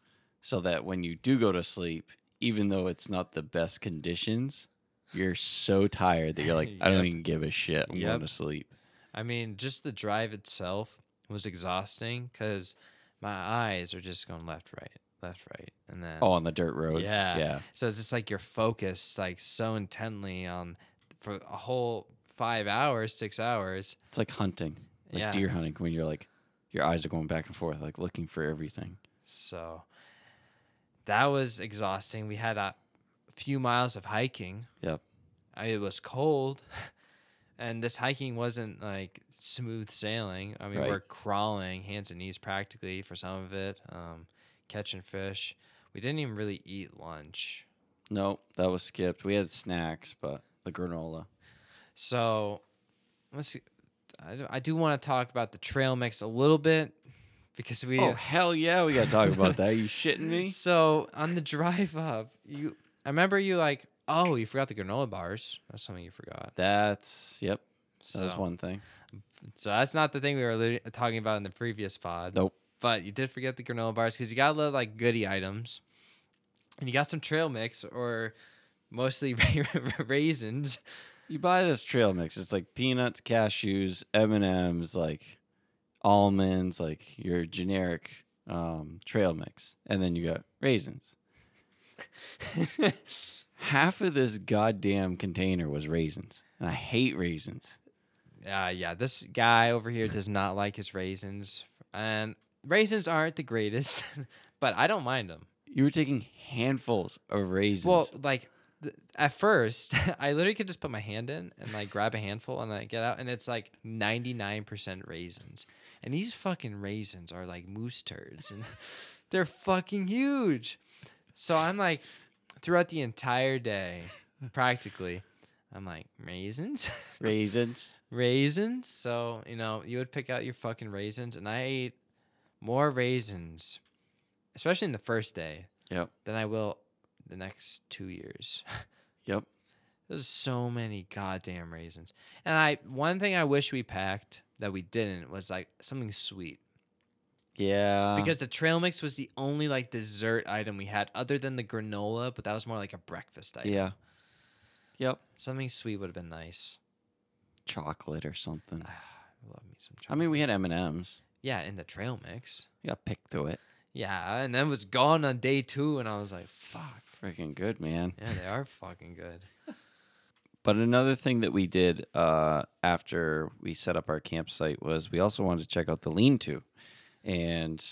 S1: so that when you do go to sleep, even though it's not the best conditions. You're so tired that you're
S2: [laughs]
S1: like, I don't
S2: Yep.
S1: even give a shit. I'm
S2: Yep.
S1: going to
S2: [laughs]
S1: sleep.
S2: I mean, just the drive itself was exhausting because my eyes are just going left, right, left, right, and then
S1: Oh, on the dirt roads.
S2: Yeah.
S1: Yeah.
S2: So it's just like you're focused like so intently on for a whole five hours, six hours.
S1: It's like hunting, like
S2: Yeah.
S1: deer hunting, when you're like, your eyes are going back and forth, like looking for everything.
S2: So that was exhausting. We had a few miles of hiking.
S1: Yep.
S2: I, it was cold, [laughs] and this hiking wasn't like smooth sailing. I mean,
S1: Right.
S2: we're crawling hands and knees practically for some of it, um, catching fish. We didn't even really eat lunch.
S1: No, that was skipped. We had snacks, but the granola.
S2: So let's. see. I do, I do want to talk about the trail mix a little bit because we.
S1: Oh hell yeah, we gotta talk about that. Are you shitting me?
S2: So on the [laughs] drive up, you I remember you like, oh, you forgot the granola bars. That's something you forgot.
S1: [laughs] That's yep. That
S2: So,
S1: was one thing.
S2: so that's not the thing we were lit- talking about in the previous pod.
S1: Nope.
S2: But you did forget the granola bars because you got a little like goodie items, and you got some trail mix or mostly [laughs] raisins.
S1: You buy this trail mix. It's like peanuts, cashews, M and M's, like almonds, like your generic um, trail mix, and then you got raisins. [laughs] Half of this goddamn container was raisins, and I hate raisins.
S2: Uh, yeah, this guy over here does not like his raisins, and raisins aren't the greatest, [laughs] but I don't mind them.
S1: You were taking handfuls of raisins.
S2: Well, like th- at first, [laughs] I literally could just put my hand in and like grab a handful and I get out, and it's like ninety nine percent raisins, and these fucking raisins are like moose turds, and [laughs] they're fucking huge. So I'm like, throughout the entire day, practically, I'm like raisins. [laughs]
S1: raisins.
S2: raisins. So, you know, you would pick out your fucking raisins, and I ate more raisins, especially in the first day,
S1: Yep.
S2: than I will the next two years. [laughs]
S1: Yep.
S2: There's so many goddamn raisins. And I, one thing I wish we packed that we didn't was like something sweet
S1: Yeah.
S2: because the trail mix was the only like dessert item we had other than the granola, but that was more like a breakfast item.
S1: yeah. Yep.
S2: Something sweet would have been nice. [sighs]
S1: Chocolate or something.
S2: I love me some chocolate.
S1: I mean, we had M and M's.
S2: Yeah, in the trail mix.
S1: You got picked through it.
S2: Yeah, and then was gone on day two, and I was like,
S1: Fuck, freaking good, man.
S2: yeah, they are fucking good.
S1: But another thing that we did uh, after we set up our campsite was we also wanted to check out the lean-to, and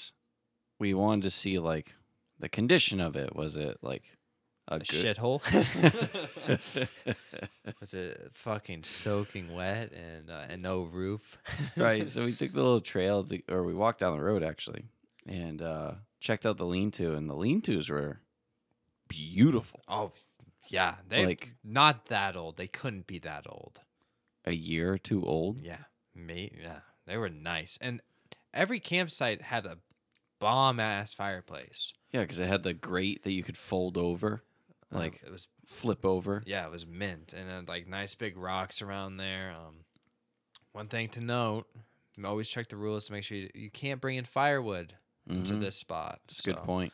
S1: we wanted to see like the condition of it. Was it like a
S2: A [laughs]
S1: good
S2: shithole. was it fucking soaking wet and uh, and no roof?
S1: [laughs] right? So we took the little trail, to, or we walked down the road actually, and uh, checked out the lean-to, and the lean-tos were beautiful.
S2: [laughs] oh, yeah. They
S1: Like-
S2: like not that old. They couldn't be that old.
S1: A year or two old.
S2: Yeah, me. Yeah, they were nice, and every campsite had a bomb ass fireplace.
S1: Yeah, because it had the grate that you could fold over,
S2: Um,
S1: like
S2: it was
S1: flip over.
S2: yeah, it was mint, and then like nice big rocks around there. Um, one thing to note: always check the rules to make sure you, you can't bring in firewood to
S1: Mhm.
S2: this spot.
S1: That's a good
S2: so.
S1: point.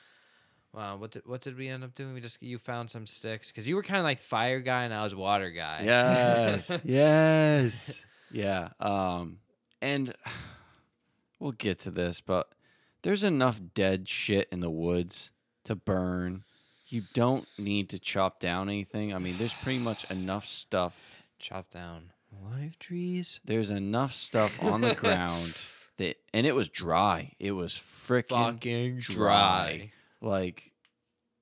S2: Wow, what did what did we end up doing? We just you found some sticks because you were kind of like fire guy and I was water guy.
S1: Yes. [laughs] yes. Yeah. Um and [sighs] we'll get to this, but there's enough dead shit in the woods to burn. You don't need to chop down anything. I mean, there's pretty much enough stuff.
S2: [laughs] Chop down live trees.
S1: There's enough stuff on the [laughs] ground that and it was dry. It was freaking
S2: Fucking
S1: dry. like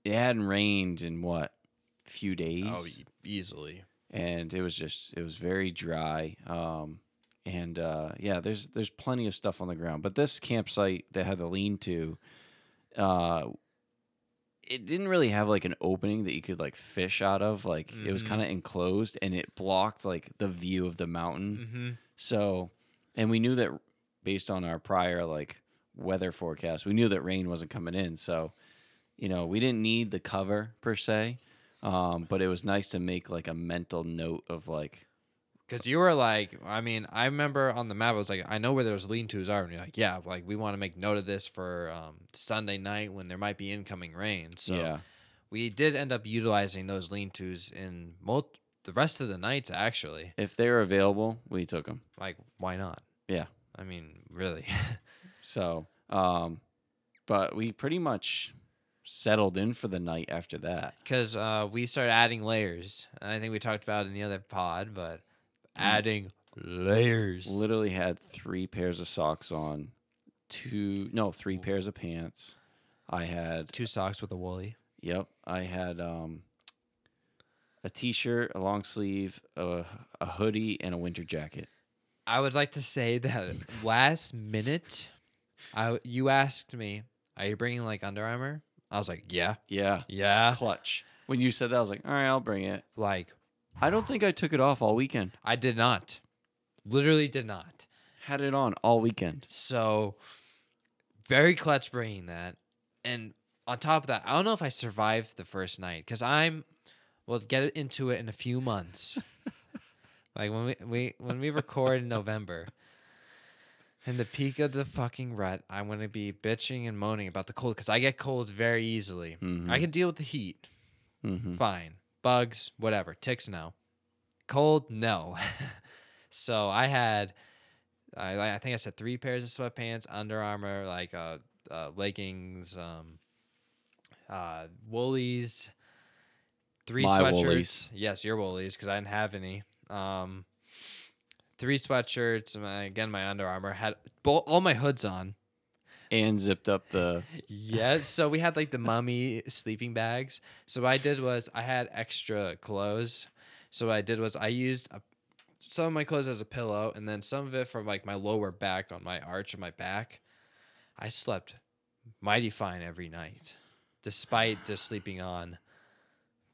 S1: it hadn't rained in what? Few days.
S2: Oh, e- easily.
S1: and it was just it was very dry um and uh yeah there's there's plenty of stuff on the ground but this campsite that had the lean to uh it didn't really have like an opening that you could like fish out of like it was
S2: Mhm.
S1: kind of enclosed and it blocked like the view of the mountain
S2: Mm-hmm.
S1: so and we knew that based on our prior like weather forecast we knew that rain wasn't coming in so you know we didn't need the cover per se um, but it was nice to make like a mental note of like
S2: Because you were like, I mean, I remember on the map, I was like, I know where those lean tos are. And you're like, yeah, like we want to make note of this for um, Sunday night when there might be incoming rain. So
S1: yeah
S2: we did end up utilizing those lean tos in mul- the rest of the nights, actually.
S1: if they were available we took them
S2: Like, why not?
S1: Yeah.
S2: I mean, really. [laughs]
S1: so um, but we pretty much settled in for the night after that
S2: Because uh, we started adding layers. And I think we talked about it in the other pod, but
S1: Hmm.
S2: adding layers.
S1: literally had three pairs of socks on two no three pairs of pants i had
S2: Two socks with a woolly.
S1: Yep, I had um, a t-shirt, a long sleeve, a, a hoodie, and a winter jacket.
S2: I would like to say [laughs] that last minute, I you asked me, "Are you bringing like Under Armour?" I was like, "Yeah,
S1: Yeah,
S2: yeah."
S1: clutch. When you said that, I was like, "All right, I'll bring it."
S2: Like
S1: I don't think I took it off all weekend.
S2: I did not, literally did not.
S1: Had it on all weekend.
S2: So very clutch bringing that, and on top of that, I don't know if I survived the first night because I'm. We'll get into it in a few months. like when we, we when we record in November. In the peak of the fucking rut, I'm gonna be bitching and moaning about the cold because I get cold very easily.
S1: Mm-hmm.
S2: I can deal with the heat,
S1: mm-hmm.
S2: fine. Bugs, whatever. Ticks, no. Cold, no. [laughs] so I had, I, I think I said three pairs of sweatpants, Under Armour, like uh, uh, leggings, um, uh, woolies, three
S1: My
S2: sweatshirts.
S1: Woolies.
S2: Yes, your woolies, because I didn't have any. Um, three sweatshirts, and my, again my Under Armour had bo- all my hoods on.
S1: And zipped up the
S2: Yeah, so we had like the mummy sleeping bags. So what I did was I had extra clothes. So what I did was I used a, some of my clothes as a pillow, and then some of it from like my lower back on my arch of my back. I slept mighty fine every night, despite just sleeping on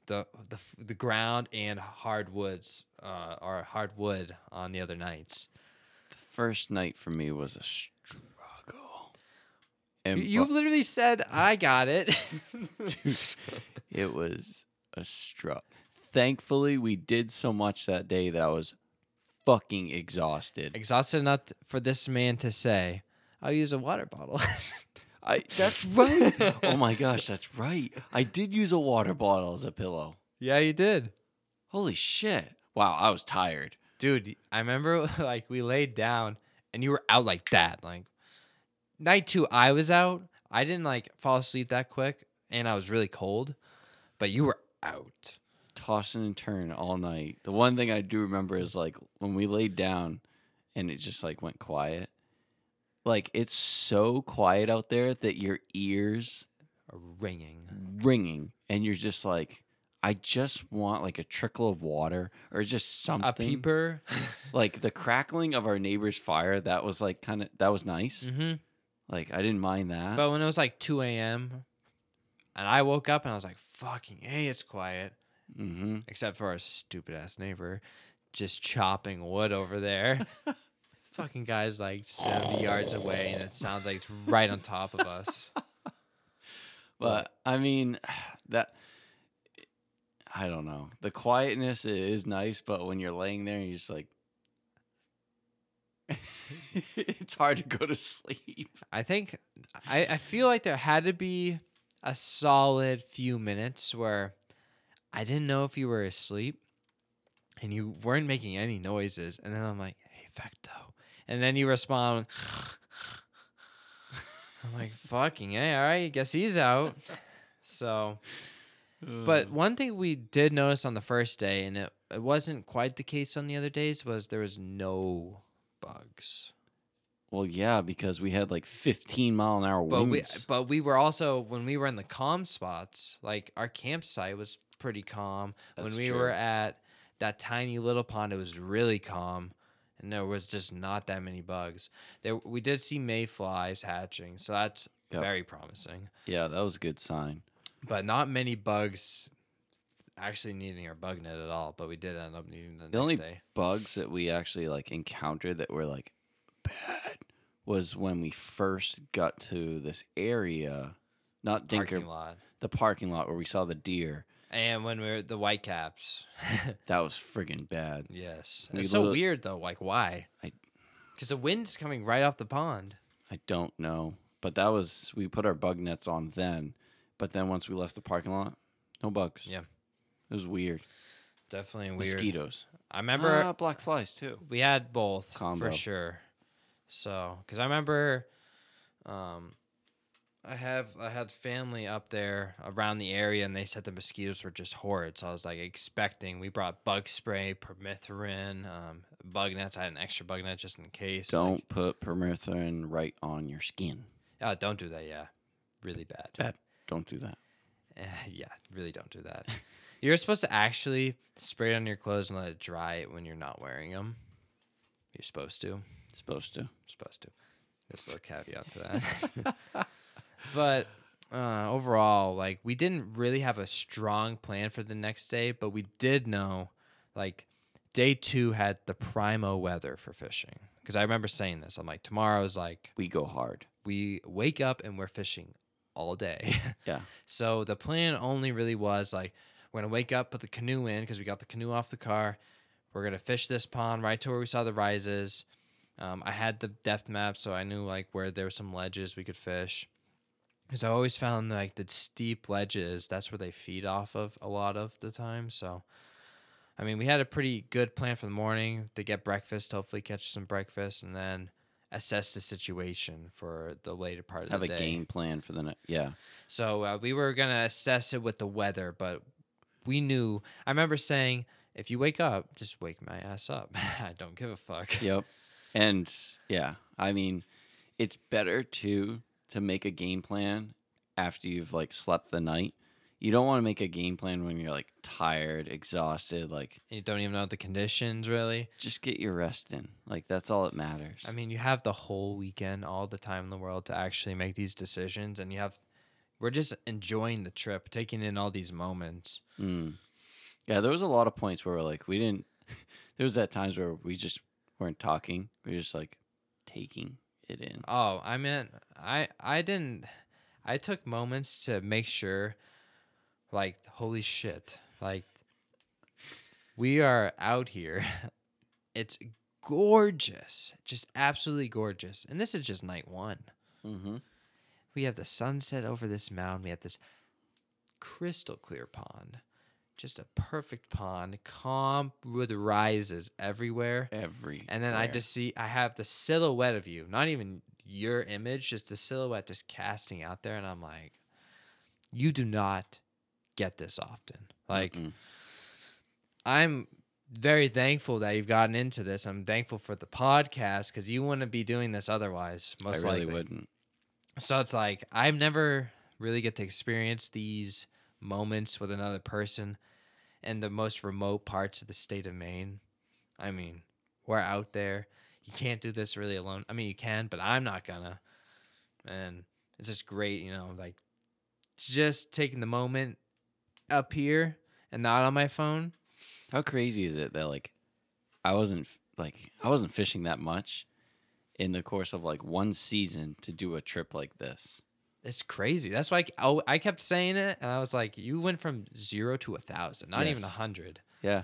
S2: the the the ground and hardwoods uh, or hardwood on the other nights.
S1: the first night for me was a struggle. And
S2: You, you literally said I got it.
S1: [laughs] Dude, it was a struggle. Thankfully, we did so much that day that I was fucking exhausted.
S2: exhausted enough for this man to say, "I'll use a water bottle." [laughs]
S1: I that's right. oh my gosh, that's right. I did use a water bottle as a pillow.
S2: yeah, you did,
S1: Holy shit. Wow, I was tired.
S2: [laughs] dude. I remember like we laid down and you were out like that, like night two I was out. I didn't like fall asleep that quick, and I was really cold. But you were out.
S1: tossing and turning all night. The one thing I do remember is like when we laid down and it just like went quiet. Like it's so quiet out there that your ears
S2: ringing.
S1: ringing and you're just like I just want like a trickle of water or just something.
S2: A peeper.
S1: Like the crackling of our neighbor's fire, that was like kind of that was nice.
S2: hmm
S1: [laughs] Like I didn't mind that.
S2: But when it was like 2 a.m., and I woke up and I was like, fucking A, it's quiet,
S1: mm-hmm.
S2: except for our stupid ass neighbor just chopping wood over there. fucking guy's like 70 yards away, and it sounds like it's right on top of us.
S1: But I mean, [sighs] that I don't know. The quietness i- is nice, but when you're laying there and you're just like, [laughs] it's hard to go to sleep.
S2: I think, I, I feel like there had to be a solid few minutes where I didn't know if you were asleep and you weren't making any noises. And then I'm like, hey, Vecto. And then you respond, [laughs] I'm like, fucking, hey, all right, guess he's out. So, but
S1: Hmm.
S2: one thing we did notice on the first day, and it, it wasn't quite the case on the other days, was there was no bugs.
S1: well, yeah, because we had like 15 mile an hour
S2: But we
S1: winds.
S2: but we were also when we were in the calm spots, like our campsite was pretty calm.
S1: That's
S2: when we
S1: true.
S2: were at that tiny little pond, it was really calm. And there was just not that many bugs. There we did see mayflies hatching, so that's
S1: Yep.
S2: very promising.
S1: yeah, that was a good sign.
S2: But not many bugs actually needing our bug net at all, but we did end up needing the,
S1: The
S2: next
S1: only
S2: day.
S1: bugs that we actually like encountered that were like bad was when we first got to this area, not Dinker,
S2: Parking lot.
S1: the parking lot where we saw the deer.
S2: And when we were the white caps. [laughs]
S1: That was friggin' bad.
S2: yes.
S1: We
S2: it's so
S1: literally-
S2: weird though, like why?
S1: I-
S2: Because the wind's coming right off the pond.
S1: I don't know, but that was we put our bug nets on then, but then once we left the parking lot, no bugs.
S2: Yeah.
S1: it was weird.
S2: Definitely weird.
S1: Mosquitoes,
S2: I remember
S1: Ah, black flies too.
S2: we had both
S1: Combo.
S2: for sure. So, because I remember, um, I have I had family up there around the area, and they said the mosquitoes were just horrid. So I was like expecting. We brought bug spray, permethrin, um, bug nets. I had an extra bug net just in case.
S1: Don't
S2: like-
S1: put permethrin right on your skin.
S2: oh, don't do that. Yeah, really bad. [laughs]
S1: Bad. Don't do that.
S2: Eh, yeah, really don't do that. [laughs] You're supposed to actually spray it on your clothes and let it dry when you're not wearing them. You're supposed to.
S1: supposed to.
S2: supposed to. There's a little caveat to that. [laughs] but uh, overall, like we didn't really have a strong plan for the next day, but we did know like day two had the primo weather for fishing. Because I remember saying this. I'm like, tomorrow's like
S1: We go hard.
S2: we wake up and we're fishing all day. [laughs]
S1: Yeah.
S2: So the plan only really was like we're gonna wake up, put the canoe in because we got the canoe off the car. We're gonna fish this pond right to where we saw the rises. Um, I had the depth map, so I knew like where there were some ledges we could fish. Because I always found like the steep ledges, that's where they feed off of a lot of the time. So, I mean, we had a pretty good plan for the morning to get breakfast, hopefully catch some breakfast, and then assess the situation for the later part of
S1: Have
S2: the
S1: a
S2: day.
S1: game plan for the night. Yeah.
S2: So uh, we were gonna assess it with the weather, but we knew. I remember saying, "If you wake up, just wake my ass up. [laughs] I don't give a fuck."
S1: Yep. And yeah, I mean, it's better to to make a game plan after you've like slept the night. You don't want to make a game plan when you're like tired, exhausted, like
S2: You don't even know the conditions, really.
S1: just get your rest in. Like that's all that matters.
S2: I mean, you have the whole weekend, all the time in the world, to actually make these decisions, and you have. We're just enjoying the trip, taking in all these moments.
S1: Mm. Yeah, there was a lot of points where like we didn't [laughs] there was at times where we just weren't talking. We were just like taking it in.
S2: Oh, I meant I I didn't I took moments to make sure like holy shit. Like we are out here. [laughs] It's gorgeous. Just absolutely gorgeous. And this is just night 1.
S1: Mhm.
S2: We have the sunset over this mountain. We have this crystal clear pond. Just a perfect pond, calm with rises everywhere.
S1: Every
S2: And then I just see I have the silhouette of you, not even your image, just the silhouette, just casting out there, and I'm like, you do not get this often. Like
S1: Mm-mm.
S2: I'm very thankful that you've gotten into this. I'm thankful for the podcast because you wouldn't be doing this otherwise.
S1: I
S2: Most
S1: really
S2: likely.
S1: wouldn't.
S2: So it's like I've never really get to experience these moments with another person in the most remote parts of the state of Maine. I mean, we're out there. You can't do this really alone. I mean, you can, but I'm not gonna. And it's just great, you know, like just taking the moment up here and not on my phone.
S1: How crazy is it that like I wasn't f- like I wasn't fishing that much in the course of like one season to do a trip like this.
S2: It's crazy. That's why I, oh, I kept saying it, and I was like, "You went from zero to a thousand, not even a
S1: Yes.
S2: hundred.
S1: Yeah.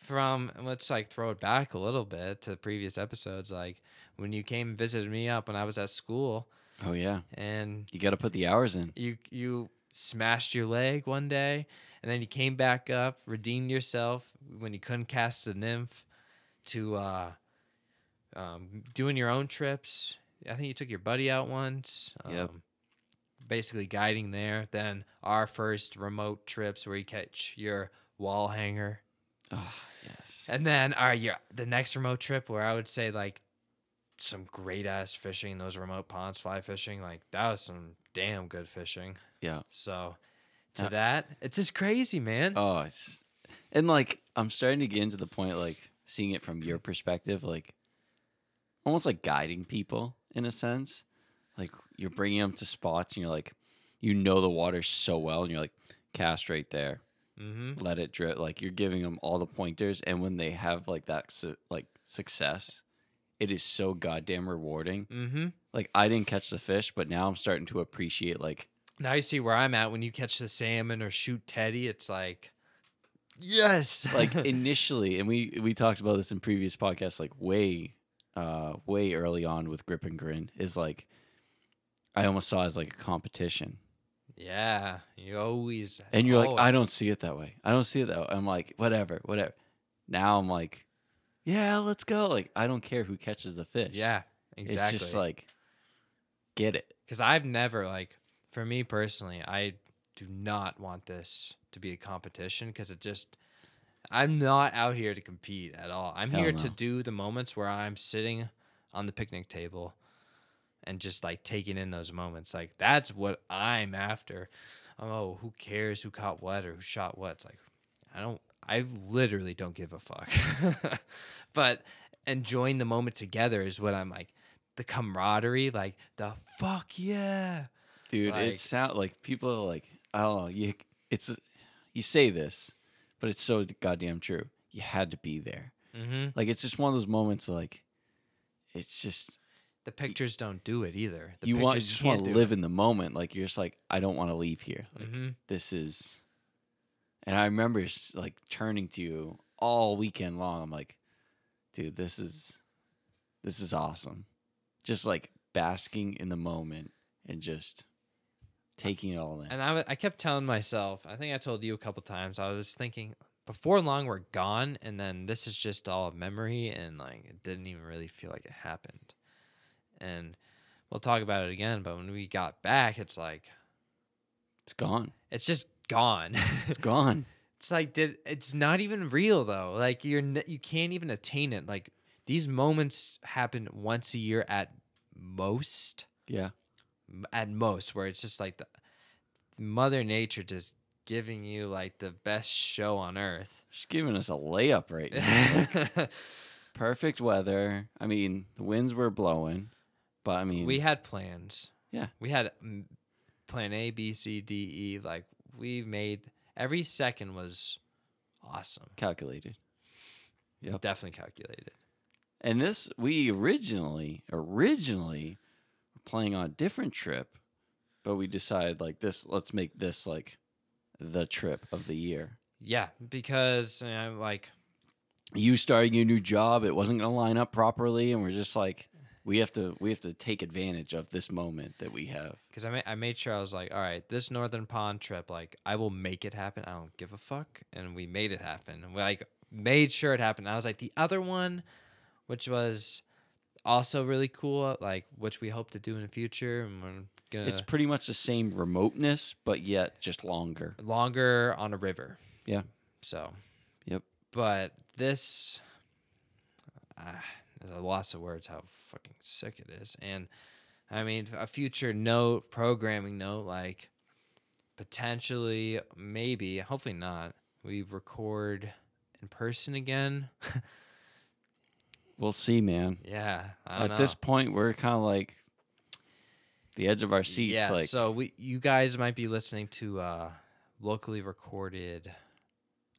S2: from let's like throw it back a little bit to previous episodes like when you came and visited me up when i was at school
S1: Oh yeah.
S2: and
S1: You got to put the hours in.
S2: you you smashed your leg one day and then you came back up redeemed yourself when you couldn't cast the nymph to uh um, doing your own trips i think you took your buddy out once um,
S1: Yep.
S2: basically guiding there then our first remote trips where you catch your wall hanger
S1: Oh, yes.
S2: and then our yeah, the next remote trip where I would say like some great ass fishing in those remote ponds, fly fishing, like that was some damn good fishing.
S1: Yeah.
S2: So to
S1: Yeah.
S2: that, it's just crazy, man.
S1: Oh, it's and like I'm starting to get into the point like seeing it from your perspective, like almost like guiding people in a sense. Like you're bringing them to spots, and you're like, you know the water so well, and you're like, cast right there.
S2: mm-hmm.
S1: let it drip. Like you're giving them all the pointers, and when they have like that su- like success, it is so goddamn rewarding.
S2: Mm-hmm.
S1: Like I didn't catch the fish, but now I'm starting to appreciate like
S2: Now you see where I'm at when you catch the salmon or shoot Teddy, it's like Yes. [laughs]
S1: like initially, and we we talked about this in previous podcasts, like way uh way early on with Grip and Grin is like I almost saw it as like a competition.
S2: Yeah. You always
S1: And you're
S2: always-
S1: like, I don't see it that way. I don't see it that way. I'm like, whatever, whatever. Now I'm like, yeah, let's go. Like, I don't care who catches the fish.
S2: Yeah, exactly.
S1: It's just like, get it.
S2: because I've never like for me personally, I do not want this to be a competition because it just I'm not out here to compete at all. I'm
S1: Hell
S2: here to
S1: no.
S2: do the moments where I'm sitting on the picnic table and just like taking in those moments. Like that's what I'm after. Oh, who cares who caught what or who shot what? It's like I don't I literally don't give a fuck. [laughs] but enjoying the moment together is what I'm like the camaraderie, like the fuck yeah.
S1: Dude,
S2: Like-
S1: it sound like people are like, I don't know, you it's you say this, but it's so goddamn true. You had to be there.
S2: Mm-hmm.
S1: Like it's just one of those moments like it's just
S2: The pictures don't do it either. The
S1: you want you
S2: pictures
S1: just
S2: can't
S1: want to
S2: do
S1: live in the moment. Like you're just like, I don't want to leave here.
S2: It.
S1: Like
S2: hmm
S1: this is and I remember s- like turning to you all weekend long. I'm like, dude, this is this is awesome. Just like basking in the moment and just taking it all in.
S2: And I, w- I kept telling myself, I think I told you a couple times, I was thinking, before long, we're gone. And then this is just all a memory. And like, it didn't even really feel like it happened. And we'll talk about it again. But when we got back, it's like,
S1: It's gone.
S2: it's just gone. [laughs]
S1: It's gone.
S2: It's like did it's not even real though. Like you're n- you can't even attain it. Like these moments happen once a year at most,
S1: yeah.
S2: M- at most, where it's just like the Mother Nature just giving you like the best show on earth. [laughs]
S1: She's giving us a layup right now. Perfect weather. I mean, the winds were blowing, but I mean,
S2: we had plans.
S1: Yeah.
S2: we had mm, plan A, B, C, D, E. Like we made every second was awesome.
S1: calculated. Yep.
S2: Definitely calculated.
S1: And this, we originally, originally were playing on a different trip, but we decided like this, let's make this like the trip of the year.
S2: Yeah, because you know, like
S1: You starting your new job, it wasn't going to line up properly. And we're just like, we have to, we have to take advantage of this moment that we have.
S2: because I, ma- I made sure I was like, all right, this Northern Pond trip, like, I will make it happen. I don't give a fuck. And we made it happen. And we like made sure it happened. I was like, the other one, which was also really cool, like which we hope to do in the future. And we're gonna
S1: It's pretty much the same remoteness, but yet just longer.
S2: longer on a river.
S1: Yeah.
S2: So.
S1: Yep.
S2: But this, uh, there's a lots of words how fucking sick it is, and I mean a future note, programming note, like potentially, maybe, hopefully not. We record in person again.
S1: We'll see, man.
S2: Yeah. I don't
S1: At
S2: know.
S1: this point, we're kind of like the edge of our seats.
S2: Yeah,
S1: like,
S2: so we you guys might be listening to uh locally recorded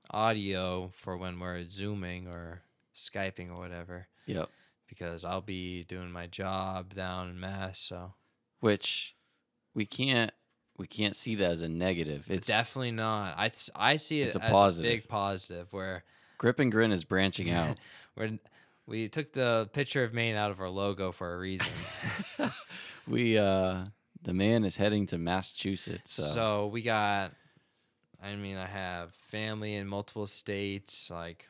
S2: audio for when we're zooming or skyping or whatever
S1: yep.
S2: because I'll be doing my job down in Mass, so
S1: Which we can't we can't see that as a negative. It's
S2: definitely not. I s- I see it
S1: It's a
S2: as
S1: positive.
S2: a big positive where
S1: grip and grin is branching out.
S2: we're we took the picture of Maine out of our logo for a reason.
S1: we uh the man is heading to Massachusetts. So,
S2: So. we got, I mean, I have family in multiple states. Like,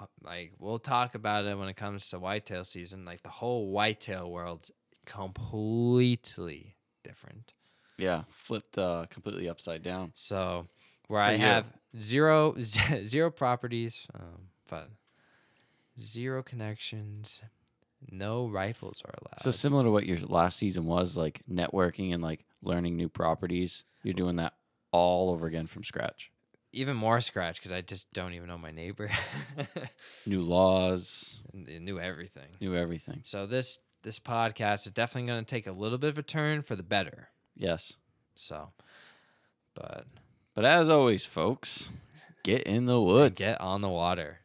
S2: h- like we'll talk about it when it comes to whitetail season. Like the whole whitetail world's completely different.
S1: yeah, flipped uh completely upside down.
S2: So where
S1: For
S2: I
S1: you.
S2: have zero [laughs] zero properties, um, but zero connections, no rifles are allowed.
S1: So similar to what your last season was, like networking and like learning new properties, you're doing that all over again from scratch.
S2: even more scratch because I just don't even know my neighbor. [laughs]
S1: New laws,
S2: knew everything.
S1: new everything.
S2: So this this podcast is definitely going to take a little bit of a turn for the better.
S1: Yes.
S2: So, but
S1: But as always, folks, get in the woods.
S2: get on the water.